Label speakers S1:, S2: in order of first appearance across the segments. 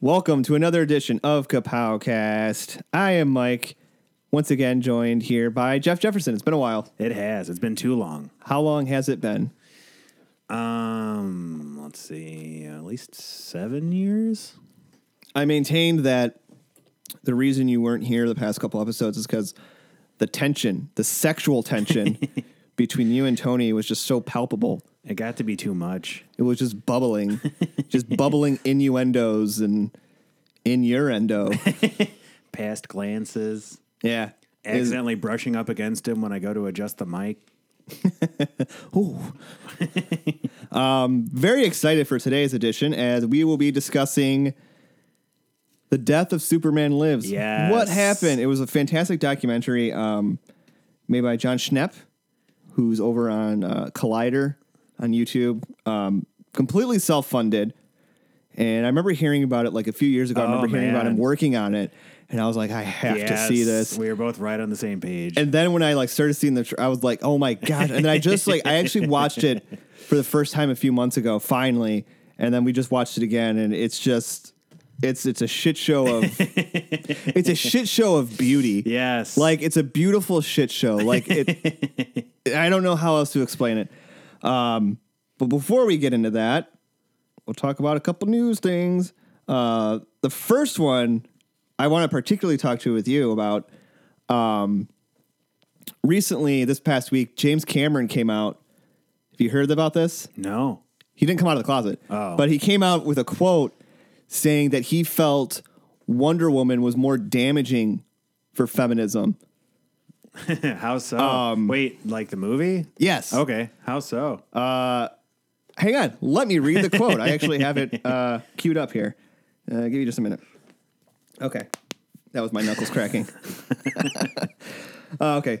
S1: Welcome to another edition of Kapowcast. I am Mike, once again joined here by Jeff Jefferson. It's been a while.
S2: It has. It's been too long.
S1: How long has it been?
S2: Um, let's see, at least seven years.
S1: I maintained that the reason you weren't here the past couple episodes is because the tension, the sexual tension between you and Tony was just so palpable.
S2: It got to be too much.
S1: It was just bubbling, just bubbling innuendos and innuendo.
S2: Past glances,
S1: Yeah. It was-
S2: accidentally brushing up against him when I go to adjust the mic.
S1: very excited for today's edition as we will be discussing the death of Superman Lives.
S2: Yes.
S1: What happened? It was a fantastic documentary um, made by John Schnepp, who's over on uh, Collider on YouTube, um, completely self funded. And I remember hearing about it like a few years ago. I remember hearing about
S2: Oh, man.
S1: him working on it. And I was like, I have to see
S2: Yes,
S1: this.
S2: We were both right on the same page.
S1: And then when I like started seeing the, tr- I was like, oh my god! And then I just like, I actually watched it for the first time a few months ago, finally. And then we just watched it again, and it's just, it's it's a shit show of, it's a shit show of beauty.
S2: yes.
S1: Like it's a beautiful shit show. Like it, I don't know how else to explain it. Um, but before we get into that, we'll talk about a couple news things. Uh, the first one I want to particularly talk to with you about. Um, recently, this past week, James Cameron came out. Have you heard about this?
S2: no.
S1: He didn't come out of the closet,
S2: Oh.
S1: but he came out with a quote saying that he felt Wonder Woman was more damaging for feminism.
S2: How so? Wait, like the movie?
S1: um, Yes. Uh,
S2: Okay. How so?
S1: Hang on. Let me read the quote. I actually have it uh, queued up here. Uh, give me just a minute. Okay. That was my knuckles cracking. Uh, okay.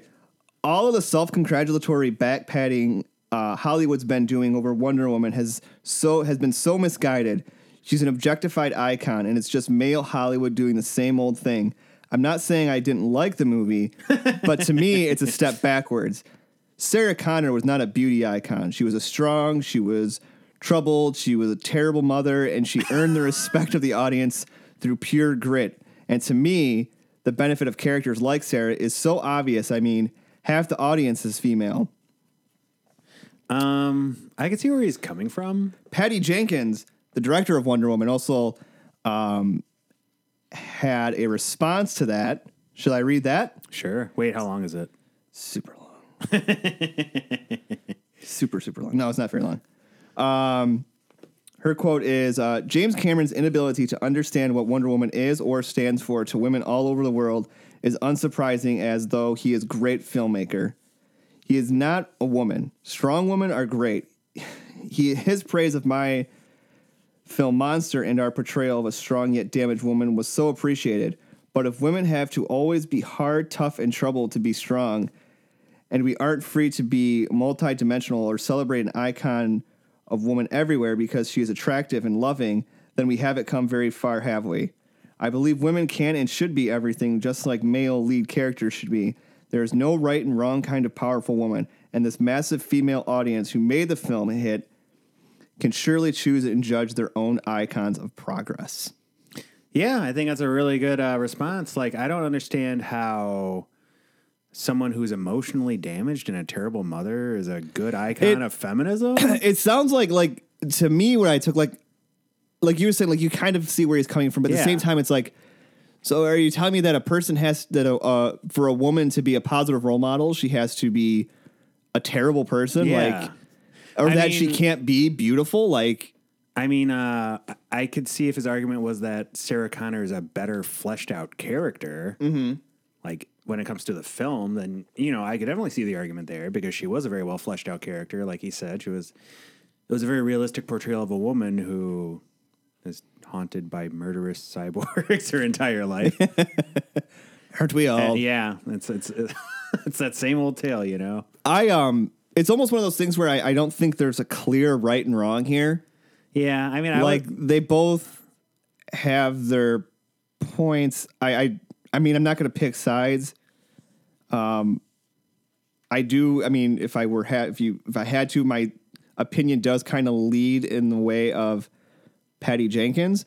S1: All of the self congratulatory back patting uh, Hollywood's been doing over Wonder Woman has so has been so misguided. She's an objectified icon, and it's just male Hollywood doing the same old thing. I'm not saying I didn't like the movie, but to me, it's a step backwards. Sarah Connor was not a beauty icon. She was a strong, she was troubled, she was a terrible mother, and she earned the respect of the audience through pure grit. And to me, the benefit of characters like Sarah is so obvious. I mean, half the audience is female.
S2: Um, I can see where he's coming from.
S1: Patty Jenkins, the director of Wonder Woman, also um, had a response to that. Should I read that?
S2: Sure. Wait, how long is it?
S1: super long. super, super long. No, it's not very long. Um, her quote is uh, James Cameron's inability to understand what Wonder Woman is or stands for to women all over the world is unsurprising, as though he is great filmmaker. He is not a woman. Strong women are great. He his praise of my film Monster and our portrayal of a strong yet damaged woman was so appreciated. But if women have to always be hard, tough, and troubled to be strong, and we aren't free to be multidimensional or celebrate an icon of woman everywhere because she is attractive and loving, then we haven't come very far, have we? I believe women can and should be everything, just like male lead characters should be. There is no right and wrong kind of powerful woman, and this massive female audience who made the film a hit can surely choose and judge their own icons of progress.
S2: Yeah, I think that's a really good uh, response. Like, I don't understand how someone who's emotionally damaged and a terrible mother is a good icon
S1: It-
S2: of feminism.
S1: It sounds like like to me when I took like like you were saying like you kind of see where he's coming from, but at the
S2: Yeah.
S1: same time it's like so are you telling me that a person has that a, uh, for a woman to be a positive role model she has to be a terrible person
S2: Yeah.
S1: like or
S2: I
S1: that she
S2: mean-
S1: can't be beautiful like
S2: I mean, uh, I could see if his argument was that Sarah Connor is a better fleshed out character. Like, when it comes to the film, then, you know, I could definitely see the argument there because she was a very well fleshed out character. Like he said, she was, it was a very realistic portrayal of a woman who is haunted by murderous cyborgs her entire life.
S1: aren't we all
S2: Yeah, it's it's it's that same old tale, you know.
S1: I um it's almost one of those things where I, I don't think there's a clear right and wrong here
S2: Yeah, I mean, I
S1: like
S2: like
S1: they both have their points. I I, I mean, I'm not going to pick sides. Um, I do. I mean, if I were ha- if you if I had to, my opinion does kind of lead in the way of Patty Jenkins,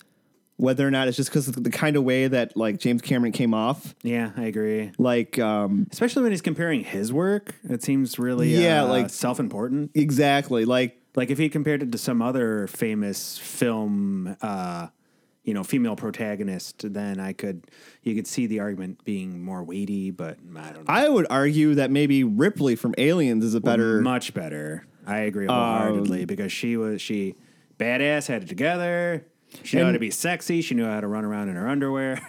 S1: Whether or not it's just because the kind of way that like James Cameron came off,
S2: Yeah, I agree.
S1: like um,
S2: Especially when he's comparing his work, it seems really
S1: Yeah,
S2: yeah,
S1: like-
S2: like self-important.
S1: exactly like
S2: Like if he compared it to some other famous film, uh, you know, female protagonist, then I could, you could see the argument being more weighty. But I don't know,
S1: I would argue that maybe Ripley from Aliens is a better. Um,
S2: much better. I agree wholeheartedly because she was she badass, had it together. She knew how
S1: And-
S2: to be sexy. She knew how to run around in her underwear.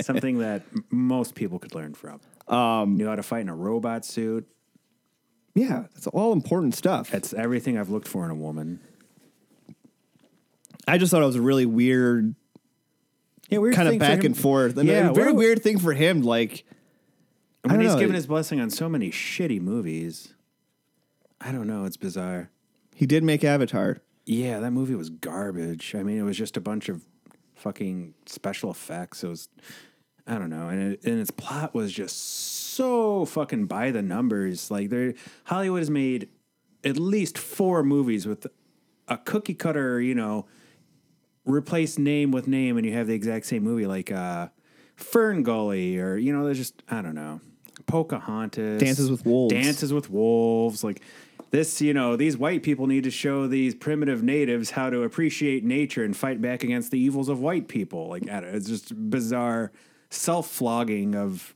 S2: Something that m- most people could learn from. Um, knew how to fight in a robot suit.
S1: yeah, that's all important stuff.
S2: That's everything I've looked for in a woman.
S1: I just thought it was a really weird
S2: Yeah, weird
S1: kind of
S2: thing for
S1: back
S2: him-
S1: and forth. And
S2: Yeah,
S1: a very
S2: what-
S1: weird thing for him. Like,
S2: I mean,
S1: don't
S2: he's
S1: know.
S2: given his blessing on so many shitty movies. I don't know. It's bizarre.
S1: he did make Avatar.
S2: Yeah, that movie was garbage. I mean, it was just a bunch of fucking special effects. It was, I don't know, and it, and its plot was just so fucking by the numbers. Like, there, Hollywood has made at least four movies with a cookie cutter, you know, replace name with name, and you have the exact same movie, like uh, Fern Gully, or you know, there's just I don't know, Pocahontas,
S1: Dances with Wolves.
S2: Dances with Wolves, like this. You know, these white people need to show these primitive natives how to appreciate nature and fight back against the evils of white people. Like I don't, it's just bizarre self flogging of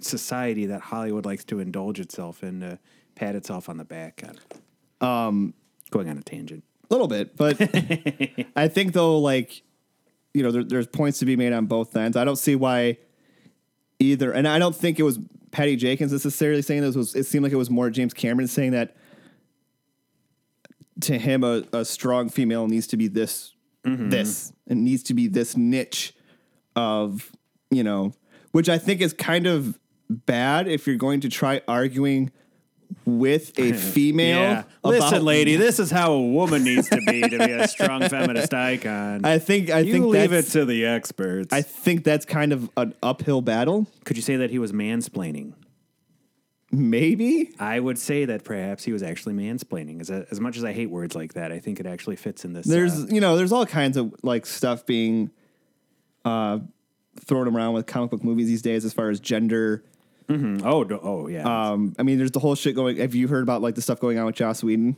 S2: society that Hollywood likes to indulge itself in to pat itself on the back. Um, going on a tangent.
S1: A little bit, but I think though, like you know, there, there's points to be made on both ends. I don't see why either, and I don't think it was Patty Jenkins necessarily saying this. It Was it seemed like it was more James Cameron saying that to him a, a strong female needs to be this
S2: Mm-hmm.
S1: this and needs to be this niche of you know which i think is kind of bad if you're going to try arguing with a female
S2: Listen,
S1: about-
S2: lady, this is how a woman needs to be to be a strong feminist icon.
S1: i think i
S2: you
S1: think
S2: leave
S1: that's-
S2: it to the experts.
S1: I think that's kind of an uphill battle.
S2: Could you say that he was mansplaining?
S1: Maybe.
S2: I would say that perhaps he was actually mansplaining. As, as much as I hate words like that, I think it actually fits in this. uh,
S1: There's you know, there's all kinds of like stuff being uh thrown around with comic book movies these days as far as gender.
S2: oh, no- oh, yeah.
S1: Um I mean there's the whole shit going have you heard about like the stuff going on with Joss Whedon?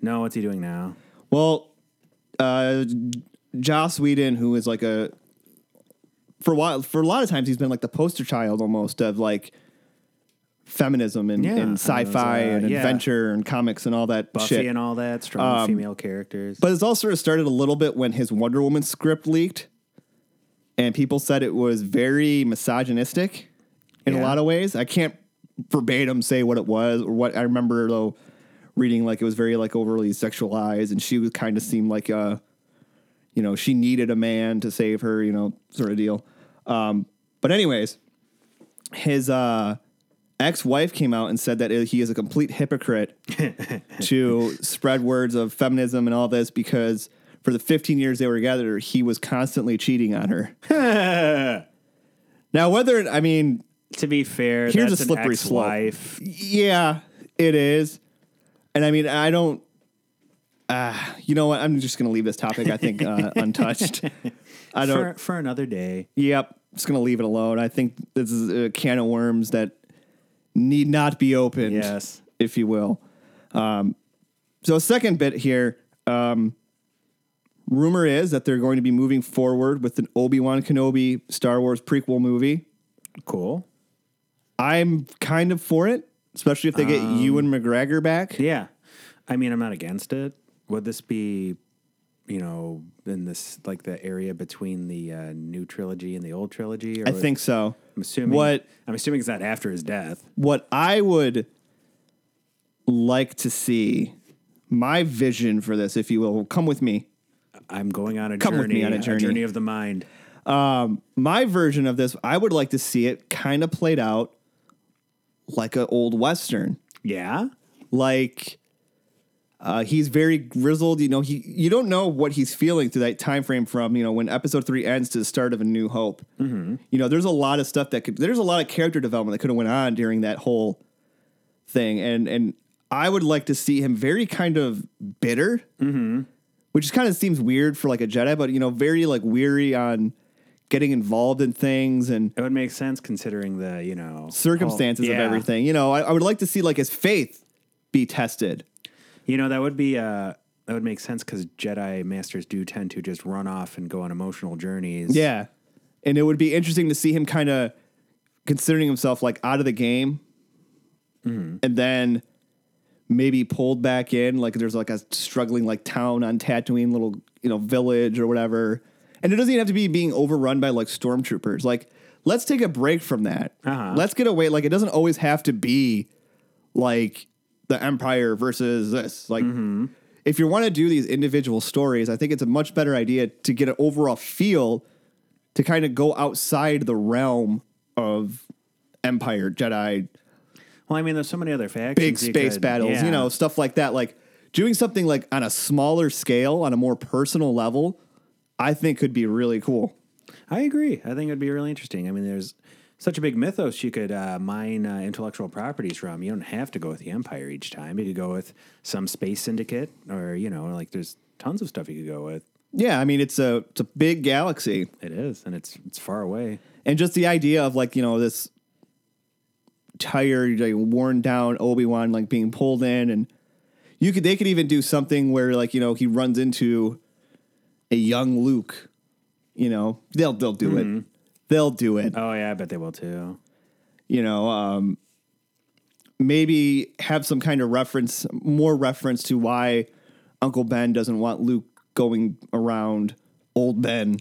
S2: no, what's he doing now?
S1: Well, uh Joss Whedon, who is like a for a while for a lot of times he's been like the poster child almost of like feminism and,
S2: Yeah,
S1: and
S2: I was, uh,
S1: sci-fi and
S2: yeah.
S1: adventure and comics and all that
S2: Buffy
S1: shit.
S2: and all that strong female characters.
S1: But it's all sort of started a little bit when his Wonder Woman script leaked, and people said it was very misogynistic in a
S2: Yeah.
S1: lot of ways. I can't verbatim say what it was or what I remember though reading like it was very like overly sexualized, and she was kind of seemed like a, you know, she needed a man to save her, you know, sort of deal. Um, but anyways, his uh, ex-wife came out and said that he is a complete hypocrite to spread words of feminism and all this because for the 15 years they were together, he was constantly cheating on her. now, whether, I mean,
S2: to be fair,
S1: Here's
S2: that's
S1: a slippery
S2: an
S1: slope.
S2: ex-wife.
S1: yeah, it is. And I mean, I don't, uh, you know what? I'm just going to leave this topic, I think, uh, untouched. I don't,
S2: For, for another day.
S1: yep, just going to leave it alone. I think this is a can of worms that need not be opened.
S2: Yes.
S1: if you will. Um, so, second bit here. Um, rumor is that they're going to be moving forward with an Obi Wan Kenobi Star Wars prequel movie.
S2: Cool.
S1: I'm kind of for it, especially if they get Ewan McGregor back.
S2: Yeah. I mean, I'm not against it. Would this be, you know, in this, like the area between the uh, new trilogy and the old trilogy? Or
S1: I think so.
S2: I'm assuming.
S1: what-
S2: I'm assuming it's not after his death.
S1: What I would like to see, my vision for this, if you will, come with me.
S2: I'm going on a
S1: Come with
S2: journey.
S1: me on a journey.
S2: of the mind.
S1: my version of this, I would like to see it kind of played out like an old western.
S2: Yeah.
S1: Like uh, he's very grizzled. You know, he you don't know what he's feeling through that time frame from you know when episode three ends to the start of a new hope. You know, there's a lot of stuff that could. There's a lot of character development that could have went on during that whole thing, and and I would like to see him very kind of bitter. which just kind of seems weird for like a Jedi, but you know, very like weary on getting involved in things and
S2: It would make sense considering the, you know,
S1: circumstances
S2: whole-
S1: of
S2: Oh, yeah.
S1: everything. You know, I, I would like to see like his faith be tested.
S2: You know, that would be uh that would make sense because Jedi masters do tend to just run off and go on emotional journeys.
S1: Yeah. And it would be interesting to see him kind of considering himself like out of the game and then maybe pulled back in. Like there's like a struggling like town on Tatooine, little, you know, village or whatever. And it doesn't even have to be being overrun by like stormtroopers. Like, let's take a break from that.
S2: Uh-huh.
S1: Let's get away. Like, it doesn't always have to be like the Empire versus this. Like, if you want to do these individual stories, I think it's a much better idea to get an overall feel to kind of go outside the realm of Empire, Jedi,
S2: Well, I mean, there's so many other factions.
S1: big
S2: you
S1: space
S2: could-
S1: battles,
S2: yeah.
S1: you know, stuff like that. Like doing something like on a smaller scale, on a more personal level, I think could be really cool.
S2: I agree. I think it'd be really interesting. I mean, there's such a big mythos you could uh, mine uh, intellectual properties from. You don't have to go with the Empire each time. You could go with some space syndicate, or you know, like there's tons of stuff you could go with.
S1: Yeah, I mean it's a it's a big galaxy.
S2: It is, and it's it's far away.
S1: And just the idea of like, you know, this tired, like worn down Obi Wan like being pulled in and you could they could even do something where like, you know, he runs into a young Luke. You know, they'll they'll do it. They'll do it.
S2: Oh yeah, I bet they will too.
S1: you know, um, maybe have some kind of reference, more reference to why Uncle Ben doesn't want Luke going around old Ben,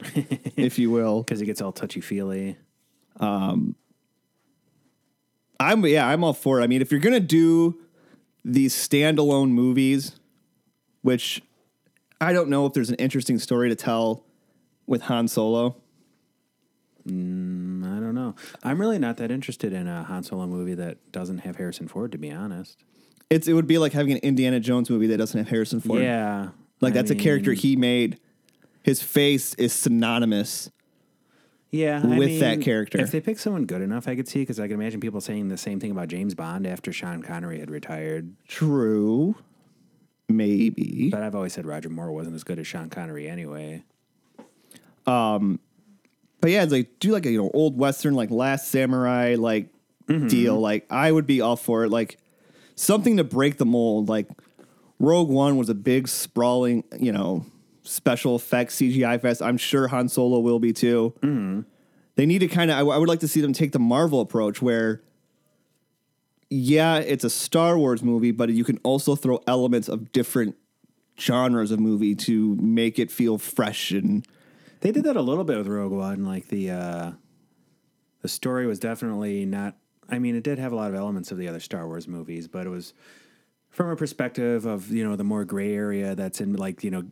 S1: if you will.
S2: Because it gets all touchy feely.
S1: I'm yeah, I'm all for it. I mean, if you're gonna do these standalone movies, which I don't know if there's an interesting story to tell with Han Solo.
S2: I don't know. I'm really not that interested in a Han Solo movie that doesn't have Harrison Ford. To be honest.
S1: It's it would be like having an Indiana Jones movie that doesn't have Harrison Ford.
S2: Yeah.
S1: like
S2: I
S1: that's a character
S2: mean,
S1: he made. His face is synonymous
S2: yeah,
S1: with that character.
S2: If they pick someone good enough, I could see because I can imagine people saying the same thing about James Bond after Sean Connery had retired.
S1: True. Maybe.
S2: But I've always said Roger Moore wasn't as good as Sean Connery anyway.
S1: But yeah, it's like do like a you know old western like last samurai like deal. Like I would be all for it. Like something to break the mold. Like Rogue One was a big sprawling, you know, special effects CGI fest. I'm sure Han Solo will be too. They need to kind of. I, w- I would like to see them take the Marvel approach where. Yeah, it's a Star Wars movie, but you can also throw elements of different genres of movie to make it feel fresh and
S2: They did that a little bit with Rogue One. Like the uh, the story was definitely not. I mean, it did have a lot of elements of the other Star Wars movies, but it was from a perspective of you know the more gray area that's in like you know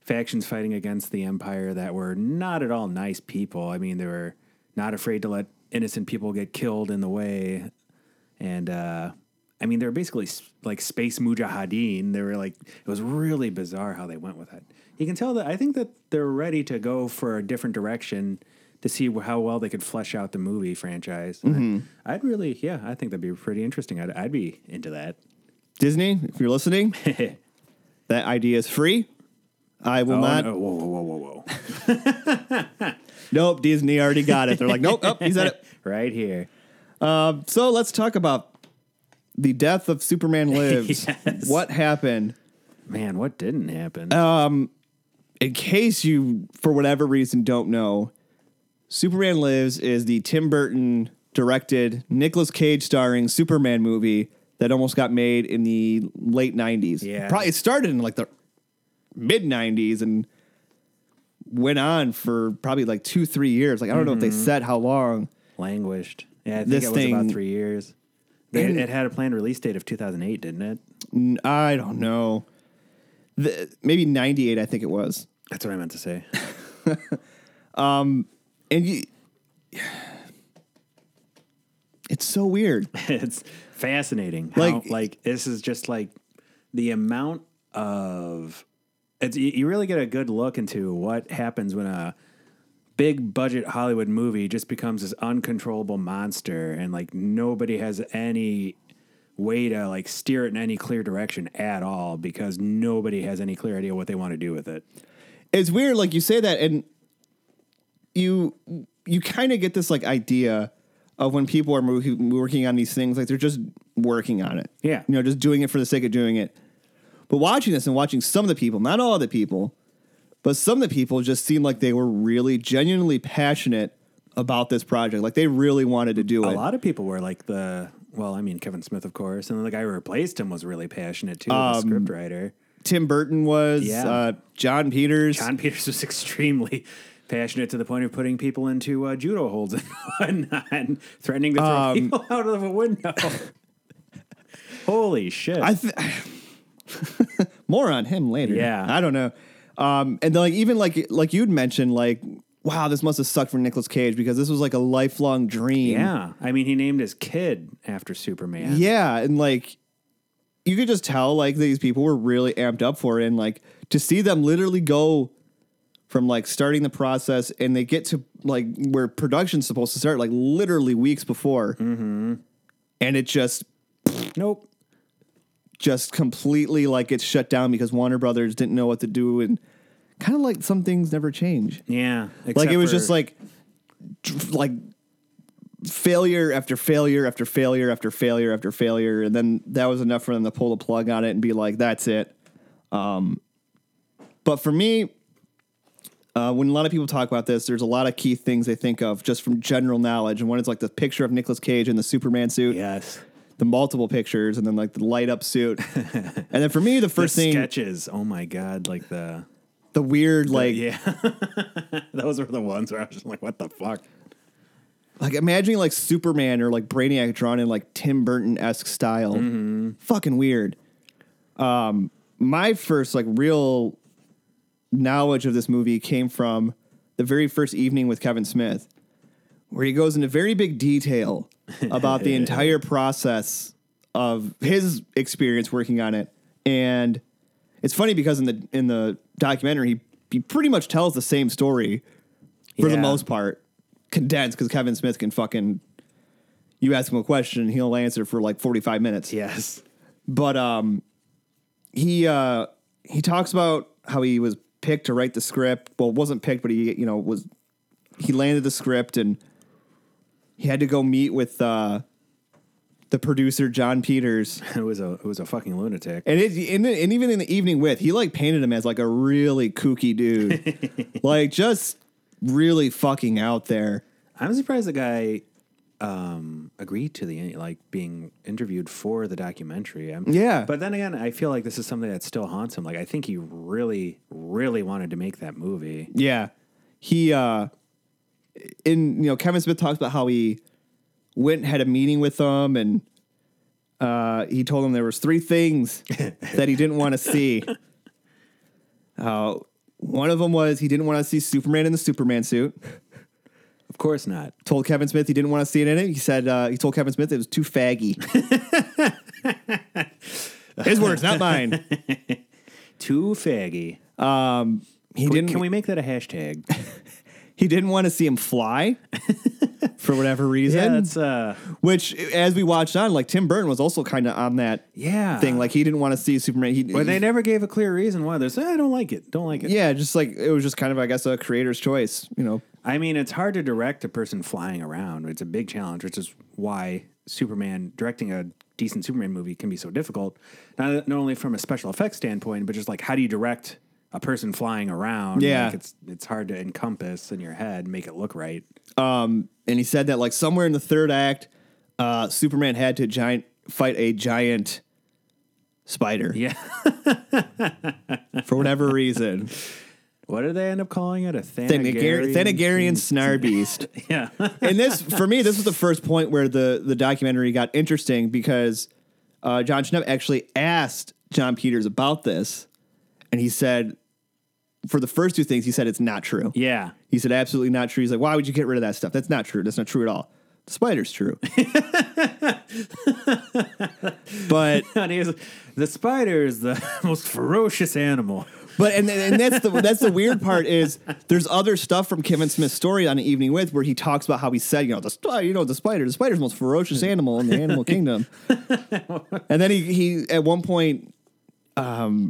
S2: factions fighting against the Empire that were not at all nice people. I mean, they were not afraid to let innocent people get killed in the way, and uh, I mean, they were basically s- like space mujahideen. They were like, it was really bizarre how they went with it. You can tell that I think that they're ready to go for a different direction to see wh- how well they could flesh out the movie franchise. And I- I'd really, yeah, I think that'd be pretty interesting. I'd, I'd be into that.
S1: Disney, if you're listening, that idea is free. I will
S2: Oh,
S1: not.
S2: no, whoa, whoa, whoa, whoa, whoa.
S1: Nope, Disney already got it. They're like, nope, oh, he's at it.
S2: right here.
S1: So let's talk about the death of Superman Lives. What happened?
S2: Man, what didn't happen?
S1: In case you, for whatever reason, don't know, Superman Lives is the Tim Burton directed, Nicolas Cage starring Superman movie that almost got made in the late 90s.
S2: Yeah.
S1: Probably it started in like the mid 90s and went on for probably like two, three years. Like, I don't know if they said how long.
S2: Languished. Yeah, I think
S1: this
S2: it was about
S1: thing-
S2: three years. They, it had a planned release date of 2008, didn't it?
S1: N- I don't know. The, maybe 98, I think it was.
S2: That's what I meant to say.
S1: And you, it's so weird.
S2: it's fascinating how
S1: Like-
S2: like this is just like the amount of it's you- you really get a good look into what happens when a big budget Hollywood movie just becomes this uncontrollable monster and like nobody has any way to like steer it in any clear direction at all because nobody has any clear idea what they want to do with it.
S1: it's weird like you say that and you you kind of get this like idea of when people are movie, working on these things like they're just working on it
S2: Yeah.
S1: you know just doing it for the sake of doing it but watching this and watching some of the people not all of the people but some of the people just seemed like they were really genuinely passionate about this project like they really wanted to do
S2: A
S1: it
S2: lot of people were like the well, I mean Kevin Smith, of course, and then the guy who replaced him was really passionate too, the scriptwriter.
S1: tim burton was
S2: Yeah.
S1: uh, john peters
S2: John Peters was extremely passionate to the point of putting people into uh, judo holds and whatnot, and threatening to throw people out of a window. Holy shit!
S1: I th- more on him later.
S2: Yeah.
S1: I don't know. Um, and then like even like like you'd mentioned like wow this must have sucked for Nicolas Cage because this was like a lifelong dream.
S2: yeah, I mean, he named his kid after Superman.
S1: Yeah, and like you could just tell like these people were really amped up for it and like to see them literally go from like starting the process and they get to like where production's supposed to start like literally weeks before. Mm-hmm. And it just
S2: Nope.
S1: just completely like it's shut down because Warner Brothers didn't know what to do and kind of like some things never change.
S2: Yeah.
S1: Like
S2: except
S1: it was
S2: for-
S1: just like dr- like failure after failure after failure after failure after failure and then that was enough for them to pull the plug on it and be like that's it. Um but for me uh, when a lot of people talk about this, there's a lot of key things they think of just from general knowledge. And one is like the picture of Nicolas Cage in the Superman suit
S2: yes.
S1: the multiple pictures and then like the light up suit. and then for me, the first thing,
S2: sketches. Oh my god! Like the
S1: the weird like
S2: yeah, those were the ones where I was just like, what the fuck?
S1: like imagining like Superman or like Brainiac drawn in like Tim Burton esque style, fucking weird. Um, my first like real knowledge of this movie came from the very first evening with Kevin Smith, where he goes into very big detail about the entire process of his experience working on it. And it's funny because in the in the documentary, he, he pretty much tells the same story for the
S2: Yeah.
S1: most part, condensed because Kevin Smith can fucking. You ask him a question, he'll answer for like forty five minutes
S2: Yes.
S1: but um he uh he talks about how he was picked to write the script well wasn't picked but he you know was he landed the script and he had to go meet with uh the producer John Peters
S2: It was a it was a fucking lunatic.
S1: and it and, and even in the evening with he like painted him as like a really kooky dude like just really fucking out there
S2: I'm surprised the guy um, agreed to the like being interviewed for the documentary. I'm,
S1: Yeah.
S2: but then again, I feel like this is something that still haunts him. Like I think he really, really wanted to make that movie.
S1: Yeah. He uh in you know, Kevin Smith talks about how he went and had a meeting with them and uh he told them there was three things that he didn't want to see. Uh one of them was he didn't want to see Superman in the Superman suit.
S2: Of course not.
S1: Told Kevin Smith he didn't want to see it in it. He said uh, he told Kevin Smith it was too faggy. His words, not mine.
S2: Too
S1: He
S2: faggy. Can we-
S1: didn't.
S2: Can we make that a hashtag?
S1: he didn't want to see him fly for whatever reason.
S2: yeah, that's uh,
S1: Which, as we watched on, like Tim Burton was also kind of on that
S2: yeah.
S1: thing. Like he didn't want to see Superman. He,
S2: but they never gave a clear reason why. They said, "I don't like it. Don't like it."
S1: yeah, just like it was just kind of, I guess, a creator's choice. You know,
S2: I mean, it's hard to direct a person flying around. It's a big challenge, which is why Superman directing a decent Superman movie can be so difficult. Not not only from a special effects standpoint, but just like how do you direct a person flying around?
S1: Yeah.
S2: like it's it's hard to encompass in your head, make it look right.
S1: and he said that like somewhere in the third act, uh, Superman had to giant fight a giant spider
S2: Yeah.
S1: for whatever reason.
S2: What did they end up calling it? A Thanagarian.
S1: Thanagarian snarbeast. beast.
S2: Yeah.
S1: and this for me this was the first point where the the documentary got interesting because uh, john schnepp actually asked john peters about this and he said for the first two things he said it's not true
S2: yeah.
S1: he said absolutely not true he's like why would you get rid of that stuff that's not true that's not true at all the spider's true but
S2: And he was- the spider is the most ferocious animal.
S1: But and and that's the that's the weird part is there's other stuff from Kevin Smith's story on an evening with where he talks about how he said you know the sp- you know the spider the spider's the most ferocious animal in the animal kingdom, and then he he at one point, um,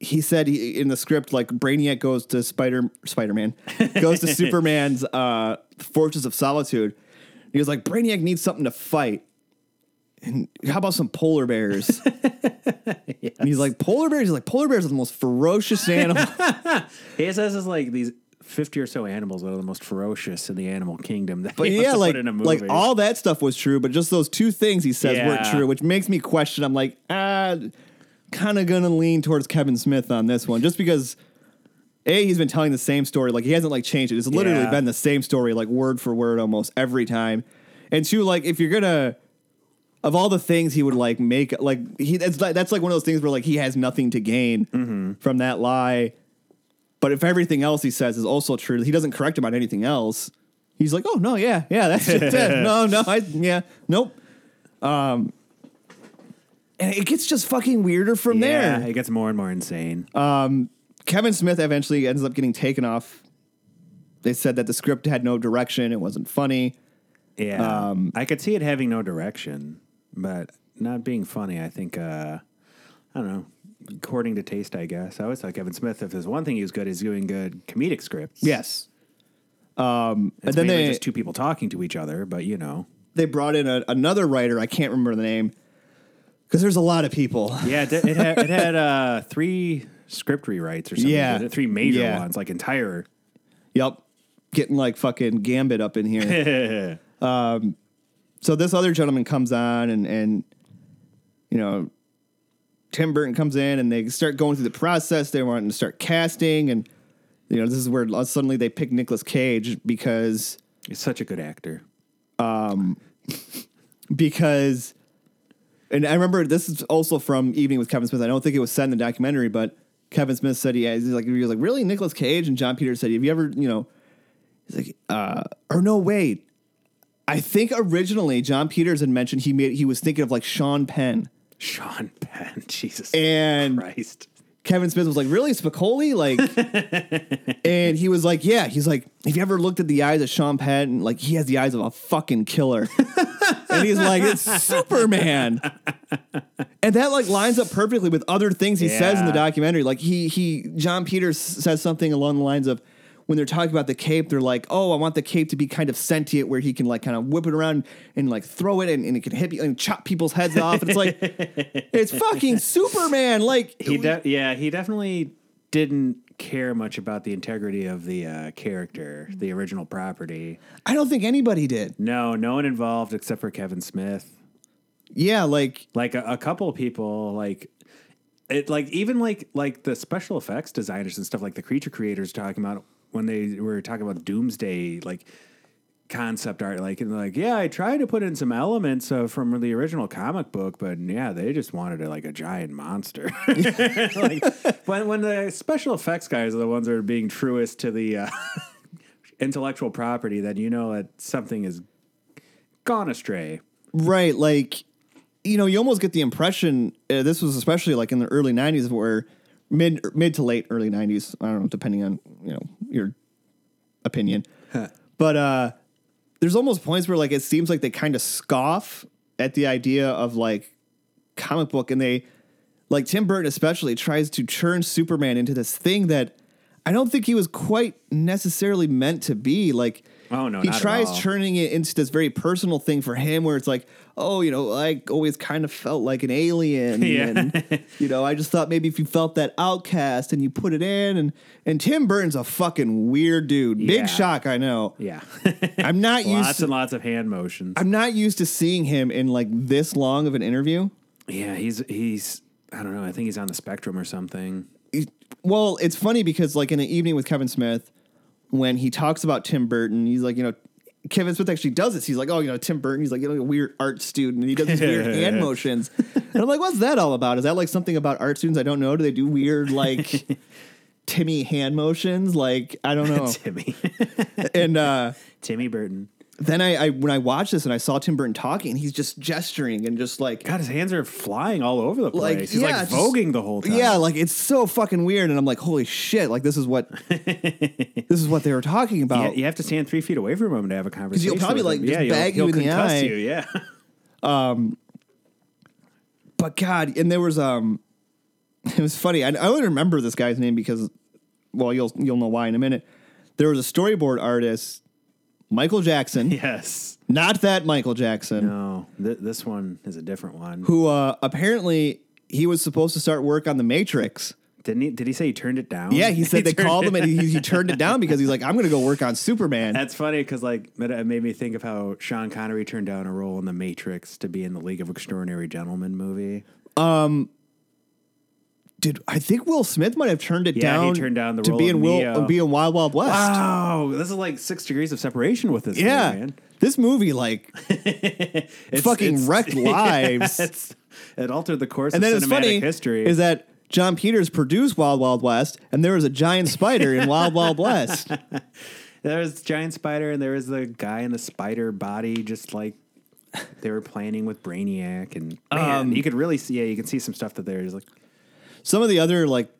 S1: he said he, in the script like Brainiac goes to Spider Spider Man goes to Superman's uh, Fortress of Solitude, he was like Brainiac needs something to fight, and how about some polar bears. And he's like, polar bears. He's like, polar bears are the most ferocious animal.
S2: ASS is like these fifty or so animals that are the most ferocious in the animal kingdom. That
S1: But
S2: you have
S1: yeah,
S2: to
S1: like,
S2: put in a movie.
S1: like all that stuff was true, but just those two things he says weren't
S2: Yeah.
S1: true, which makes me question. I'm like, ah, kind of gonna lean towards Kevin Smith on this one, just because a he's been telling the same story, like he hasn't like changed it. It's literally
S2: Yeah.
S1: been the same story, like word for word, almost every time. And two, like if you're gonna of all the things he would like make like he that's like that's like one of those things where like he has nothing to gain
S2: Mm-hmm.
S1: from that lie but if everything else he says is also true he doesn't correct him on anything else he's like oh no yeah yeah that's just it. no no I, yeah nope um and it gets just fucking weirder from
S2: yeah,
S1: there Uh,
S2: it gets more and more insane.
S1: kevin smith eventually ends up getting taken off they said that the script had no direction it wasn't funny
S2: yeah,
S1: um,
S2: I could see it having no direction, but not being funny. I think uh, I don't know. According to taste, I guess. I always thought Kevin Smith, if there's one thing he was good, is doing good comedic scripts.
S1: yes um
S2: it's
S1: and then
S2: mainly
S1: they
S2: just two people talking to each other, but you know.
S1: they brought in a, another writer. I can't remember the name because there's a lot of people.
S2: Yeah, it, it had, it had uh, three script rewrites or something.
S1: Yeah.
S2: The three major
S1: Yeah.
S2: ones, like entire.
S1: Yep, getting like fucking gambit up in here. um, so this other gentleman comes on, and and you know, Tim Burton comes in, and they start going through the process. They want to start casting, and you know, this is where suddenly they pick Nicolas Cage because
S2: He's such a good actor.
S1: because and I remember this is also from Evening with Kevin Smith. I don't think it was said in the documentary, but Kevin Smith said he he's like he was like really Nicolas Cage and John Peters said have you ever you know he's like uh or no wait I think originally John Peters had mentioned he made he was thinking of like Sean Penn
S2: Sean Penn, Jesus
S1: and
S2: Christ.
S1: Kevin Smith was like really Spicoli like and he was like yeah he's like have you ever looked at the eyes of Sean Penn like he has the eyes of a fucking killer and he's like, it's Superman. and that like lines up perfectly with other things he says in the
S2: Yeah.
S1: documentary. Like he he John Peters says something along the lines of when they're talking about the cape, they're like, "Oh, I want the cape to be kind of sentient, where he can like kind of whip it around and like throw it, and, and it can hit pe- and chop people's heads off." And it's like, it's fucking Superman. Like
S2: He de- yeah, he definitely didn't care much about the integrity of the uh, character, the original property.
S1: I don't think anybody did.
S2: No, no one involved except for Kevin Smith.
S1: Yeah, like
S2: like a, a couple people like it like even like like the special effects designers and stuff like the creature creators talking about when they were talking about doomsday like concept art like and like yeah i tried to put in some elements uh, from the original comic book but yeah they just wanted it like a giant monster like when, when the special effects guys are the ones that are being truest to the uh, intellectual property then you know that something is gone astray
S1: Right. Like, you know, you almost get the impression uh, this was especially like in the early 90s where mid mid to late early 90s, I don't know, depending on, you know, your opinion. but uh there's almost points where like it seems like they kind of scoff at the idea of like comic book and they like Tim Burton especially tries to churn Superman into this thing that I don't think he was quite necessarily meant to be. Like
S2: Oh, no,
S1: he
S2: not at
S1: tries
S2: all.
S1: turning it into this very personal thing for him, where it's like, oh, you know, I always kind of felt like an alien,
S2: Yeah.
S1: and you know, I just thought maybe if you felt that outcast and you put it in, and and Tim Burton's a fucking weird dude.
S2: Yeah.
S1: Big shock, I know.
S2: yeah
S1: I'm not used.
S2: lots
S1: To,
S2: and lots of hand motions.
S1: I'm not used to seeing him in like this long of an interview.
S2: yeah, he's he's I don't know. I think he's on the spectrum or something.
S1: well, it's funny because like in an evening with Kevin Smith, when he talks about Tim Burton, he's like, you know, Kevin Smith actually does this. He's like, oh, you know, Tim Burton. He's like, you know, a weird art student, and he does these weird hand motions. And I'm like, what's that all about? Is that like something about art students? I don't know. Do they do weird like
S2: Oh.
S1: Timmy hand motions? Like I don't know.
S2: Timmy,
S1: and uh,
S2: Timmy Burton.
S1: Then I, I when I watched this and I saw Tim Burton talking, he's just gesturing and just like
S2: God, his hands are flying all over the place.
S1: Like,
S2: He's
S1: yeah,
S2: like
S1: just-
S2: voguing the whole time.
S1: Yeah, like it's so fucking weird, and I'm like, holy shit! Like this is what this is what they were talking
S2: You-
S1: about.
S2: you have to stand three feet away from him to have a conversation.
S1: probably,
S2: with
S1: like,
S2: him.
S1: just
S2: yeah, you'll-
S1: bag you
S2: he'll
S1: in the
S2: concuss
S1: eye.
S2: You. Yeah,
S1: But God, and there was um, it was funny. I, I only remember this guy's name because, well, you'll you'll know why in a minute. There was a storyboard artist, Michael Jackson,
S2: yes.
S1: not that Michael Jackson,
S2: No, th- this one is a different one.
S1: who uh, apparently he was supposed to start work on The Matrix.
S2: Didn't he? Did he say he turned it down?
S1: Yeah, he said they
S2: turned
S1: called
S2: it-
S1: him and he, he turned it down because he's like, I'm going to go work on Superman.
S2: That's funny because like it- it made me think of how Sean Connery turned down a role in The Matrix to be in the League of Extraordinary Gentlemen movie.
S1: Dude, I think Will Smith might have turned it
S2: Yeah, he
S1: down.
S2: turned down the
S1: to
S2: role
S1: be
S2: of
S1: in Will
S2: Neo.
S1: be in Wild Wild West.
S2: Wow, this is like six degrees of separation with this.
S1: Oh. Yeah.
S2: thing, man.
S1: This movie, like,
S2: It's-
S1: fucking
S2: it's-
S1: wrecked lives.
S2: it's- it altered the course
S1: and
S2: of
S1: then
S2: cinematic
S1: it's funny
S2: history.
S1: is that John Peters produced Wild Wild West, and there was a giant spider in Wild Wild West.
S2: There's giant spider, and there was the guy in the spider body, just like they were planning with Brainiac, and
S1: Um,
S2: man, you could really see. Yeah, you can see some stuff that there's like
S1: Some of the other like,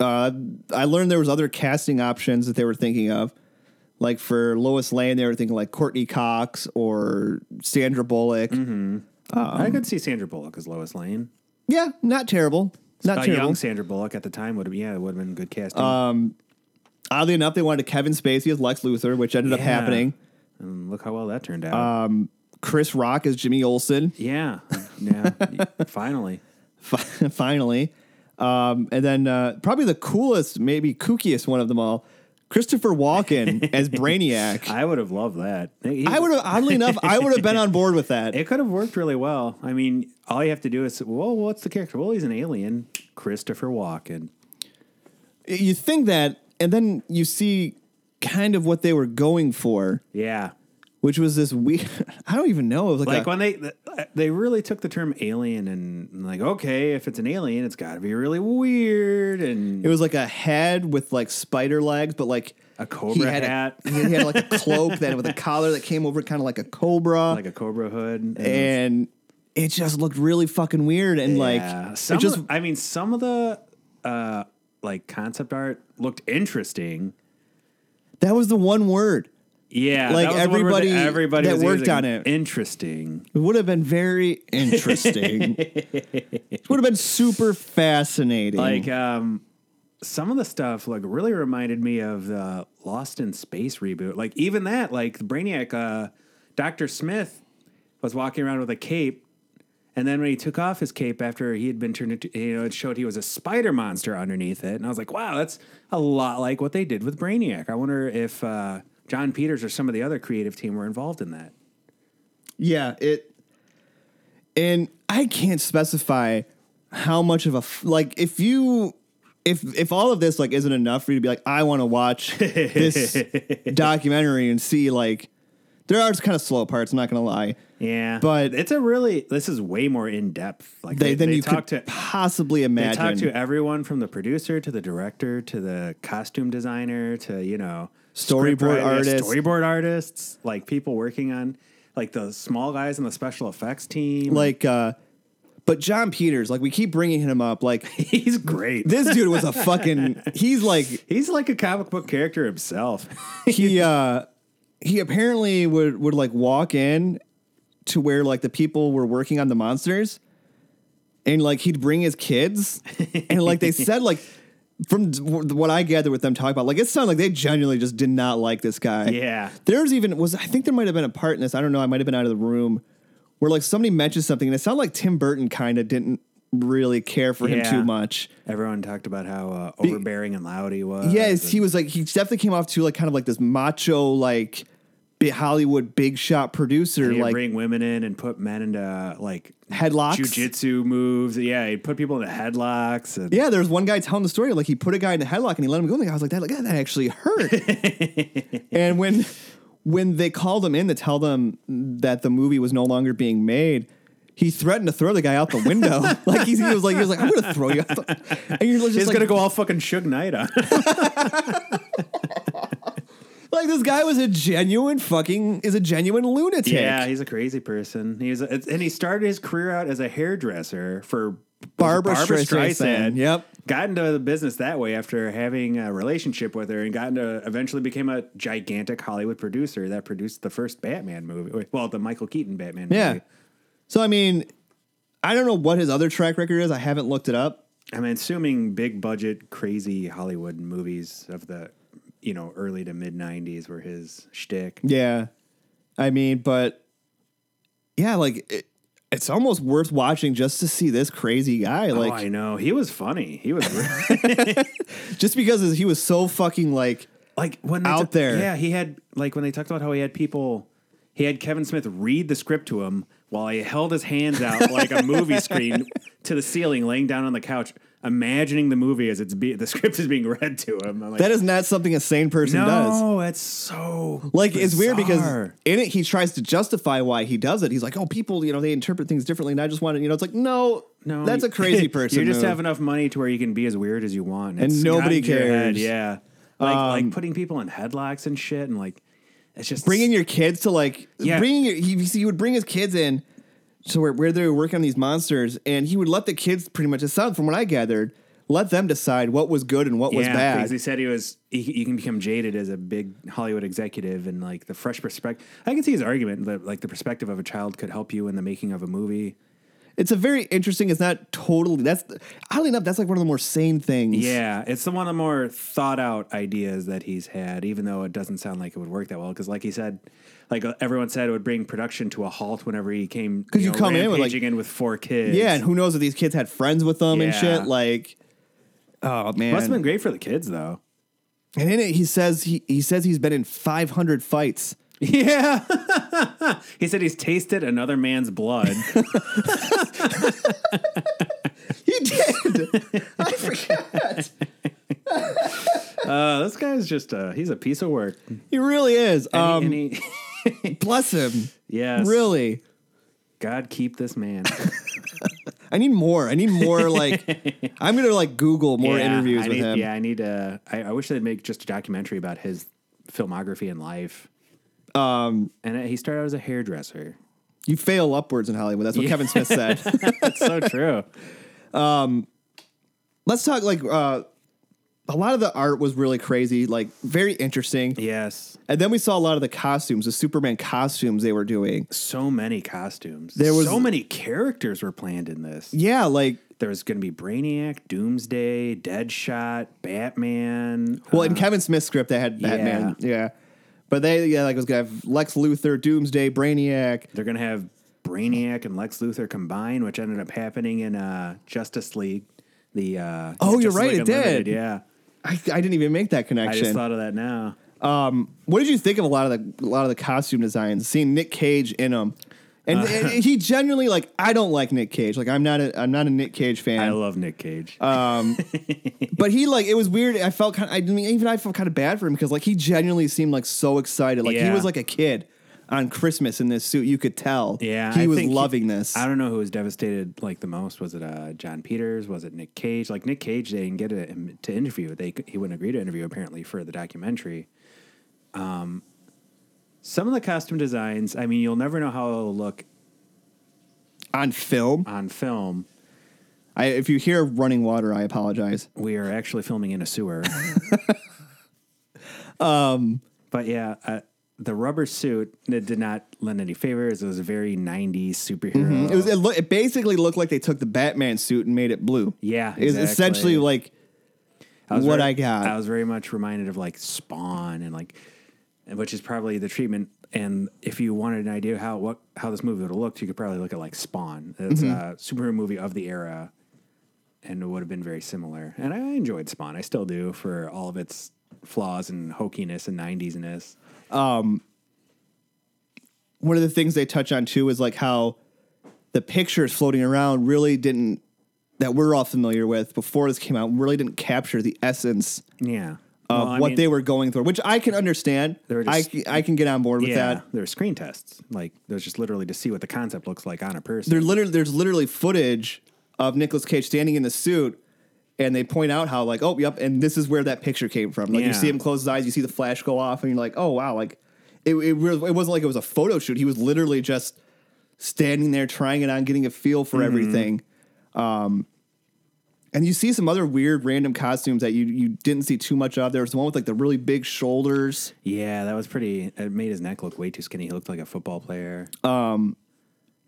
S1: uh, I learned there was other casting options that they were thinking of. Like for Lois Lane, they were thinking like Courtney Cox or Sandra Bullock.
S2: Mm-hmm.
S1: um,
S2: I could see Sandra Bullock as Lois Lane.
S1: Yeah, not terrible. Not
S2: A
S1: terrible.
S2: young Sandra Bullock at the time would have yeah would have been good casting.
S1: Oddly enough, they wanted Kevin Spacey as Lex Luthor, which ended up
S2: Yeah.
S1: happening.
S2: and look how well that turned out.
S1: Uh, Chris Rock as Jimmy Olsen.
S2: yeah, yeah. finally,
S1: fi- finally. Um, and then uh, probably the coolest, maybe kookiest one of them all, Christopher Walken as Brainiac.
S2: I would have loved that. He-
S1: I would have, oddly enough, I would have been on board with that.
S2: It could have worked really well. I mean, all you have to do is well, what's the character? Well, he's an alien, Christopher Walken.
S1: You think that, and then you see kind of what they were going for,
S2: Yeah,
S1: which was this weird. I don't even know. It was like,
S2: like
S1: a-
S2: when they th- uh, they really took the term alien and and like okay if it's an alien it's got to be really weird and
S1: it was like a head with like spider legs, but like
S2: A
S1: he
S2: cobra
S1: had a-
S2: hat.
S1: he had like a cloak that with a collar that came over, kind of like a cobra.
S2: like a cobra hood and,
S1: and it just looked really fucking weird and
S2: yeah.
S1: like
S2: some
S1: it just
S2: of- I mean some of the uh like concept art looked interesting
S1: that was the one word
S2: yeah
S1: Like,
S2: that was the one where the-
S1: everybody
S2: everybody
S1: that
S2: was
S1: worked
S2: using
S1: on it.
S2: interesting
S1: it would have been very interesting it would have been super fascinating
S2: like um some of the stuff like really reminded me of the Lost in Space reboot. Like even that, like Brainiac, uh, Doctor Smith was walking around with a cape, and then when he took off his cape after he had been turned into, you know, it showed he was a spider monster underneath it, and I was like, wow, that's a lot like what they did with Brainiac. I wonder if uh, John Peters or some of the other creative team were involved in that.
S1: yeah it and i can't specify how much of a f- like if you if if all of this like isn't enough for you to be like i want to watch this documentary and see like there are kind of slow parts i'm not gonna lie
S2: Yeah,
S1: But-
S2: it's a really this is way more in depth. Like
S1: they,
S2: they,
S1: then
S2: they
S1: you could
S2: talk to
S1: possibly
S2: They
S1: imagine
S2: talked to everyone from the producer to the director to the costume designer to you know
S1: Storyboard
S2: script writers,
S1: artists.
S2: storyboard artists, like people working on like the small guys on the special effects team.
S1: like uh but John Peters, like we keep bringing him up, like
S2: he's great.
S1: this dude was a fucking he's like
S2: He's like a comic book character himself.
S1: he uh he apparently would would like walk in to where like the people were working on the monsters and like he'd bring his kids and like they said like from what I gathered with them talking about, like it sounded like they genuinely just did not like this guy.
S2: Yeah.
S1: There's even was I think there might have been a part in this. I don't know. I might have been out of the room where like somebody mentioned something, and it sounded like Tim Burton kind of didn't really care for him
S2: Yeah.
S1: too much.
S2: Everyone talked about how uh, overbearing and loud he was.
S1: Yes, he was like he definitely came off to like kind of like this macho like bi- Hollywood big shot producer
S2: He'd
S1: like
S2: bring women in and put men into like
S1: headlocks.
S2: jujitsu moves. Yeah, he'd put people into headlocks and
S1: Yeah, there was one guy telling the story like he put a guy in a headlock and he let him go. Like I was like that, like, "God, that actually hurt. and when when they called him in to tell them that the movie was no longer being made, he threatened to throw the guy out the window. like he's, he was like he was like I'm gonna throw you. out the-" And you're just
S2: he's
S1: like,
S2: gonna go all fucking Suge Knight on.
S1: Like this guy was a genuine fucking is a genuine lunatic.
S2: Yeah, he's a crazy person. He's a, and he started his career out as a hairdresser for
S1: Barbara
S2: was it
S1: Streisand. Yep.
S2: Got into the business that way after having a relationship with her, and got into eventually became a gigantic Hollywood producer that produced the first Batman movie. Well, the Michael Keaton Batman.
S1: Yeah.
S2: movie.
S1: So I mean, I don't know what his other track record is. I haven't looked it up.
S2: I mean, assuming big budget, crazy Hollywood movies of the you know early to mid '90s were his shtick.
S1: Yeah. I mean, but yeah, like it, it's almost worth watching just to see this crazy guy. Like
S2: oh, I know he was funny. He was. Really-
S1: just because he was so fucking like
S2: like when they
S1: Out there.
S2: Yeah, he had like when they talked about how he had people, he had Kevin Smith read the script to him while he held his hands out like a movie screen to the ceiling, laying down on the couch, imagining the movie as it's be, the script is being read to him. I'm like,
S1: that is not something a sane person does.
S2: no, that's so
S1: Like it's weird because
S2: bizarre.
S1: in it he tries to justify why he does it. He's like, "Oh, people, you know, they interpret things differently." And I just want to, you know, it's like, no,
S2: No,
S1: that's
S2: you-
S1: a crazy person.
S2: You just
S1: move.
S2: have enough money to where you can be as weird as you want, It's
S1: nobody
S2: gotten to your head,
S1: cares. Um,
S2: Yeah, like like putting people in headlocks and shit, and like it's just
S1: bringing your kids to like
S2: Yeah.
S1: bringing your, he, he would bring his kids in to where, where they were working on these monsters and he would let the kids pretty much decide from what i gathered let them decide what was good and what was bad
S2: Because he said he was, he, you can become jaded as a big Hollywood executive, and like the fresh perspective. I can see his argument that like the perspective of a child could help you in the making of a movie.
S1: it's a very interesting it's not totally that's oddly enough that's like one of the more sane things
S2: Yeah, it's the one of the more thought out ideas that he's had, even though it doesn't sound like it would work that well. Because like he said, like uh, everyone said, it would bring production to a halt whenever he came.
S1: 'Cause you come in with, like-
S2: rampaging in with four kids.
S1: yeah and who knows if these kids had friends with them and
S2: Yeah.
S1: shit like oh man
S2: must have been great for the kids though.
S1: and in it he says he, he says he's been in 500 fights
S2: Yeah. he said he's tasted another man's blood.
S1: he did i forgot
S2: uh, this guy's just uh, he's a piece of work.
S1: he really is um
S2: Any- any-
S1: bless him
S2: Yes.
S1: really
S2: God keep this man.
S1: I need more. I need more. Like, I'm gonna like Google more
S2: Yeah,
S1: interviews
S2: I
S1: with
S2: need-
S1: him.
S2: Yeah, I need to. I, I wish they'd make just a documentary about his filmography and life. Um, and he started out as a hairdresser.
S1: You fail upwards in Hollywood. That's what Kevin Smith said.
S2: That's so true.
S1: Let's talk like uh, a lot of the art was really crazy, like very interesting.
S2: Yes,
S1: And then we saw a lot of the costumes, the Superman costumes they were doing.
S2: so many costumes.
S1: There was-
S2: so many characters were planned in this.
S1: Yeah, like
S2: There was going to be Brainiac, Doomsday, Deadshot, Batman.
S1: well, in Kevin Smith's script they had Batman. Yeah. But they yeah, like it was gonna have Lex Luthor, Doomsday, Brainiac.
S2: They're going to have Brainiac and Lex Luthor combined, which ended up happening in uh, Justice League. The uh,
S1: Oh, you're
S2: Justice
S1: right,
S2: League
S1: it did.
S2: Unlimited, Yeah,
S1: I, I didn't even make that
S2: I
S1: connection.
S2: just thought of that now.
S1: What did you think of a lot of the a lot of the costume designs? Seeing Nick Cage in them, and,
S2: Uh.
S1: and he genuinely like I don't like Nick Cage. Like I'm not a I'm not a Nick Cage
S2: I
S1: fan.
S2: love Nick Cage.
S1: uh, But he like it was weird. I felt kind. Of, I mean, even I felt kind of bad for him because like he genuinely seemed like so excited. Like he
S2: Yeah.
S1: was like a kid on Christmas in this suit. You could tell.
S2: yeah,
S1: he
S2: I
S1: was
S2: think
S1: loving this.
S2: I don't know who was devastated like the most. Was it uh, John Peters? Was it Nick Cage? Like Nick Cage, they didn't get a, him to interview. They c- he wouldn't agree to interview apparently for the documentary. Um, some of the costume designs. I mean, you'll never know how it'll look
S1: on film,
S2: on film.
S1: I, if you hear running water, I apologize.
S2: We are actually filming in a sewer. um,
S1: Um,
S2: but yeah, uh, the rubber suit it did not lend any favors. It was a very '90s superhero.
S1: Mm-hmm. It
S2: Oh.
S1: was it, loo- it basically looked like they took the Batman suit and made it blue.
S2: Yeah,
S1: it's
S2: exactly.
S1: essentially like what
S2: very-
S1: I got.
S2: I was very much reminded of like Spawn and like, which is probably the treatment. And if you wanted an idea how what how this movie would have looked, you could probably look at like Spawn. It's
S1: Mm-hmm.
S2: a superhero movie of the era, and it would have been very similar. And I enjoyed Spawn. I still do for all of its flaws and hokiness and '90s-ness.
S1: one of the things they touch on too is like how the pictures floating around really didn't that we're all familiar with before this came out really didn't capture the essence
S2: Yeah.
S1: of
S2: Well, I
S1: what
S2: mean,
S1: they were going through, which I can understand.
S2: They were
S1: I
S2: just-
S1: c- I can get on board with
S2: yeah,
S1: that.
S2: there were screen tests. Like there's just literally to see what the concept looks like on a person.
S1: There literally there's literally footage of Nicolas Cage standing in the suit and they point out how like oh yep and this is where that picture came from like
S2: Yeah.
S1: you see him close his eyes you see the flash go off and you're like oh wow like it, it, really- it wasn't like it was a photo shoot he was literally just standing there trying it on getting a feel for
S2: Mm-hmm.
S1: everything um and you see some other weird random costumes that you you didn't see too much of there was one with like the really big shoulders
S2: Yeah, that was pretty. It made his neck look way too skinny. He looked like a football player. Um,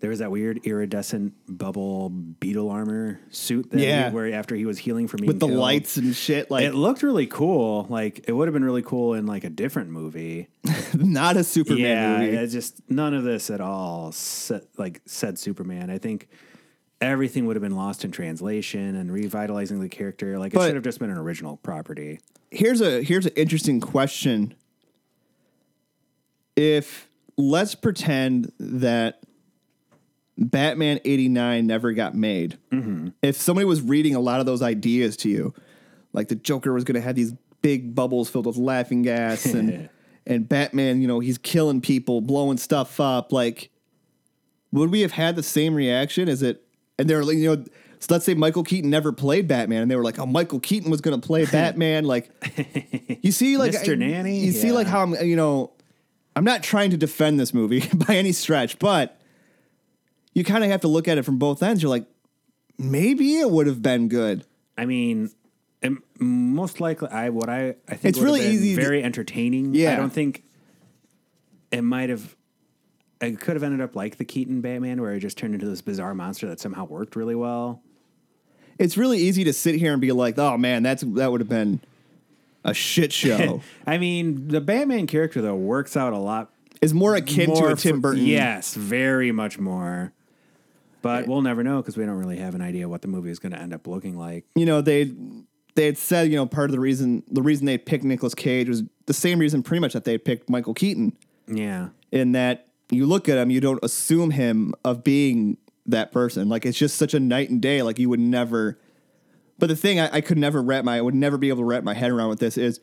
S2: there was that weird iridescent bubble beetle armor suit. That
S1: Yeah.
S2: he- where after he was healing from
S1: with the lights and shit like
S2: it looked really cool. Like it would have been really cool in like a different movie.
S1: not a superman
S2: yeah,
S1: movie
S2: it just none of this at all. Set, like said Superman. I think everything would have been lost in translation and revitalizing the character. Like it
S1: But-
S2: should have just been an original property.
S1: here's a here's an interesting question. If let's pretend that Batman 89 never got made.
S2: Mm-hmm.
S1: If somebody was reading a lot of those ideas to you, like the Joker was going to have these big bubbles filled with laughing gas and and Batman, you know, he's killing people, blowing stuff up, like would we have had the same reaction? Is it? And they're like, you know, so let's say Michael Keaton never played Batman, and they were like, oh, Michael Keaton was going to play Batman. Like, you see, like
S2: Mr. Nanny?
S1: You see, like
S2: Yeah.
S1: how I'm, you know, I'm not trying to defend this movie by any stretch, but you kind of have to look at it from both ends. You're like, maybe it would have been good.
S2: I mean, and most likely, I what I I
S1: It's
S2: think would have
S1: really
S2: been
S1: easy to-
S2: very entertaining.
S1: Yeah.
S2: I don't think it might have. It could have ended up like the Keaton Batman, where it just turned into this bizarre monster that somehow worked really well.
S1: It's really easy to sit here and be like, oh man, that's that would have been a shit show.
S2: I mean, the Batman character though works out a lot
S1: it's more akin to
S2: more
S1: a Tim
S2: for-
S1: Burton.
S2: Yes, very much more. But we'll never know because we don't really have an idea what the movie is going to end up looking like.
S1: you know they they had said you know part of the reason the reason they picked Nicolas Cage was the same reason pretty much that they picked Michael Keaton
S2: Yeah.
S1: in that you look at him you don't assume him of being that person like it's just such a night and day like you would never but the thing I, I could never wrap my I would never be able to wrap my head around with this is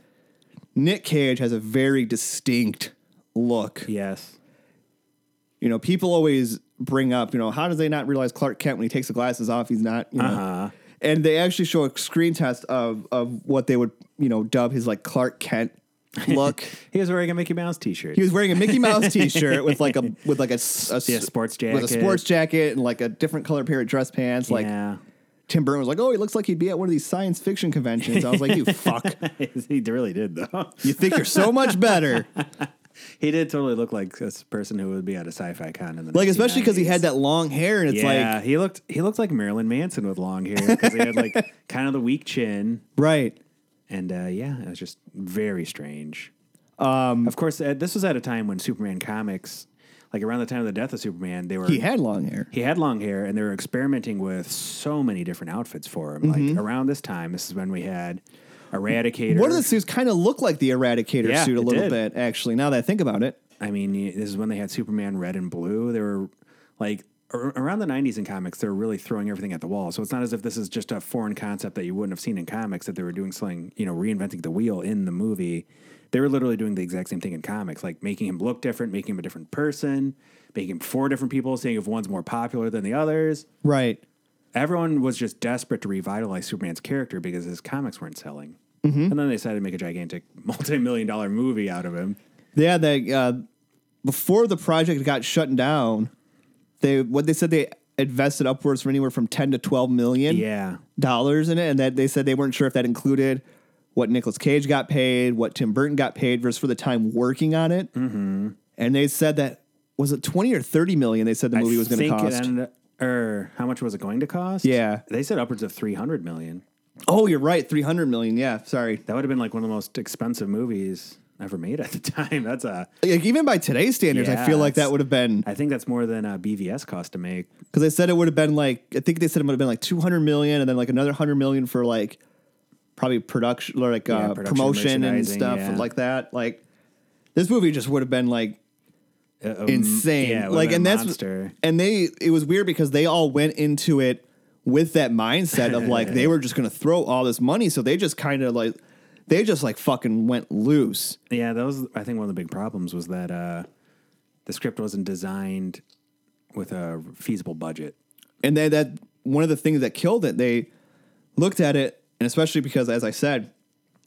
S1: Nick Cage has a very distinct look
S2: Yes.
S1: you know people always bring up you know how does they not realize Clark Kent when he takes the glasses off he's not you know
S2: Uh,
S1: and they actually show a screen test of of what they would you know dub his like Clark Kent look.
S2: he was wearing a Mickey Mouse T-shirt.
S1: he was wearing a Mickey Mouse T-shirt with like a with like a, s- a s-
S2: Yeah, sports
S1: with a
S2: jacket.
S1: sports jacket and like a different color pair of dress pants. Like
S2: yeah.
S1: Tim Burton was like, oh, he looks like he'd be at one of these science fiction conventions. I was like, you fuck,
S2: he really did though.
S1: you think you're so much better.
S2: He did totally look like a s- person who would be at a sci-fi con in the
S1: Like especially because he
S2: 1990s.
S1: had that long hair and it's
S2: Yeah,
S1: like
S2: he looked he looked like Marilyn Manson with long hair because he had like kind of the weak chin.
S1: right.
S2: And uh, yeah, it was just very strange.
S1: Um,
S2: of course, uh, this was at a time when Superman comics, like around the time of the death of Superman, they were
S1: He had long hair.
S2: he had long hair, and they were experimenting with so many different outfits for him.
S1: Mm-hmm.
S2: Like around this time, this is when we had Eradicator.
S1: One of the suits kind of looked like the Eradicator
S2: Yeah,
S1: suit a
S2: it
S1: little
S2: did.
S1: bit, actually. Now that I think about it,
S2: I mean, y- this is when they had Superman Red and Blue. They were like ar- around the 90s in comics, they were really throwing everything at the wall. So it's not as if this is just a foreign concept that you wouldn't have seen in comics that they were doing something, you know, reinventing the wheel in the movie. They were literally doing the exact same thing in comics, like making him look different, making him a different person, making him four different people, seeing if one's more popular than the others.
S1: right?
S2: Everyone was just desperate to revitalize Superman's character because his comics weren't selling. And then they decided to make a gigantic multi million dollar movie out of him.
S1: Yeah, they uh, before the project got shut down, they what they said they invested upwards from anywhere from ten to twelve million
S2: Yeah.
S1: dollars in it, and that they said they weren't sure if that included what Nicolas Cage got paid, what Tim Burton got paid, versus for the time working on it. Mm-hmm. And they said that was it twenty or thirty million. They said the movie was going to
S2: think it
S1: cost.
S2: ended- or how much was it going to cost?
S1: Yeah.
S2: They said upwards of 300 million.
S1: oh, you're right, three hundred million. Yeah, sorry.
S2: That would have been like one of the most expensive movies ever made at the time. That's a
S1: Like, even by today's standards, I
S2: Yeah,
S1: feel like
S2: it's-
S1: that would have been
S2: I think that's more than a BVS cost to make.
S1: because they said it would have been like I think they said it would have been like two hundred million, and then like another hundred million for like probably production or like uh,
S2: production,
S1: promotion and
S2: merchandising,
S1: stuff
S2: yeah.
S1: like that. Like this movie just would have been like
S2: Uh, um,
S1: insane.
S2: Yeah, it would have
S1: like
S2: been
S1: and
S2: a
S1: that's
S2: monster.
S1: and they it was weird because they all went into it with that mindset of like they were just gonna throw all this money, so they just kind of like they just like fucking went loose.
S2: Yeah, that was I think one of the big problems was that uh, the script wasn't designed with a feasible budget.
S1: and then that one of the things that killed it they looked at it And especially because, as I said,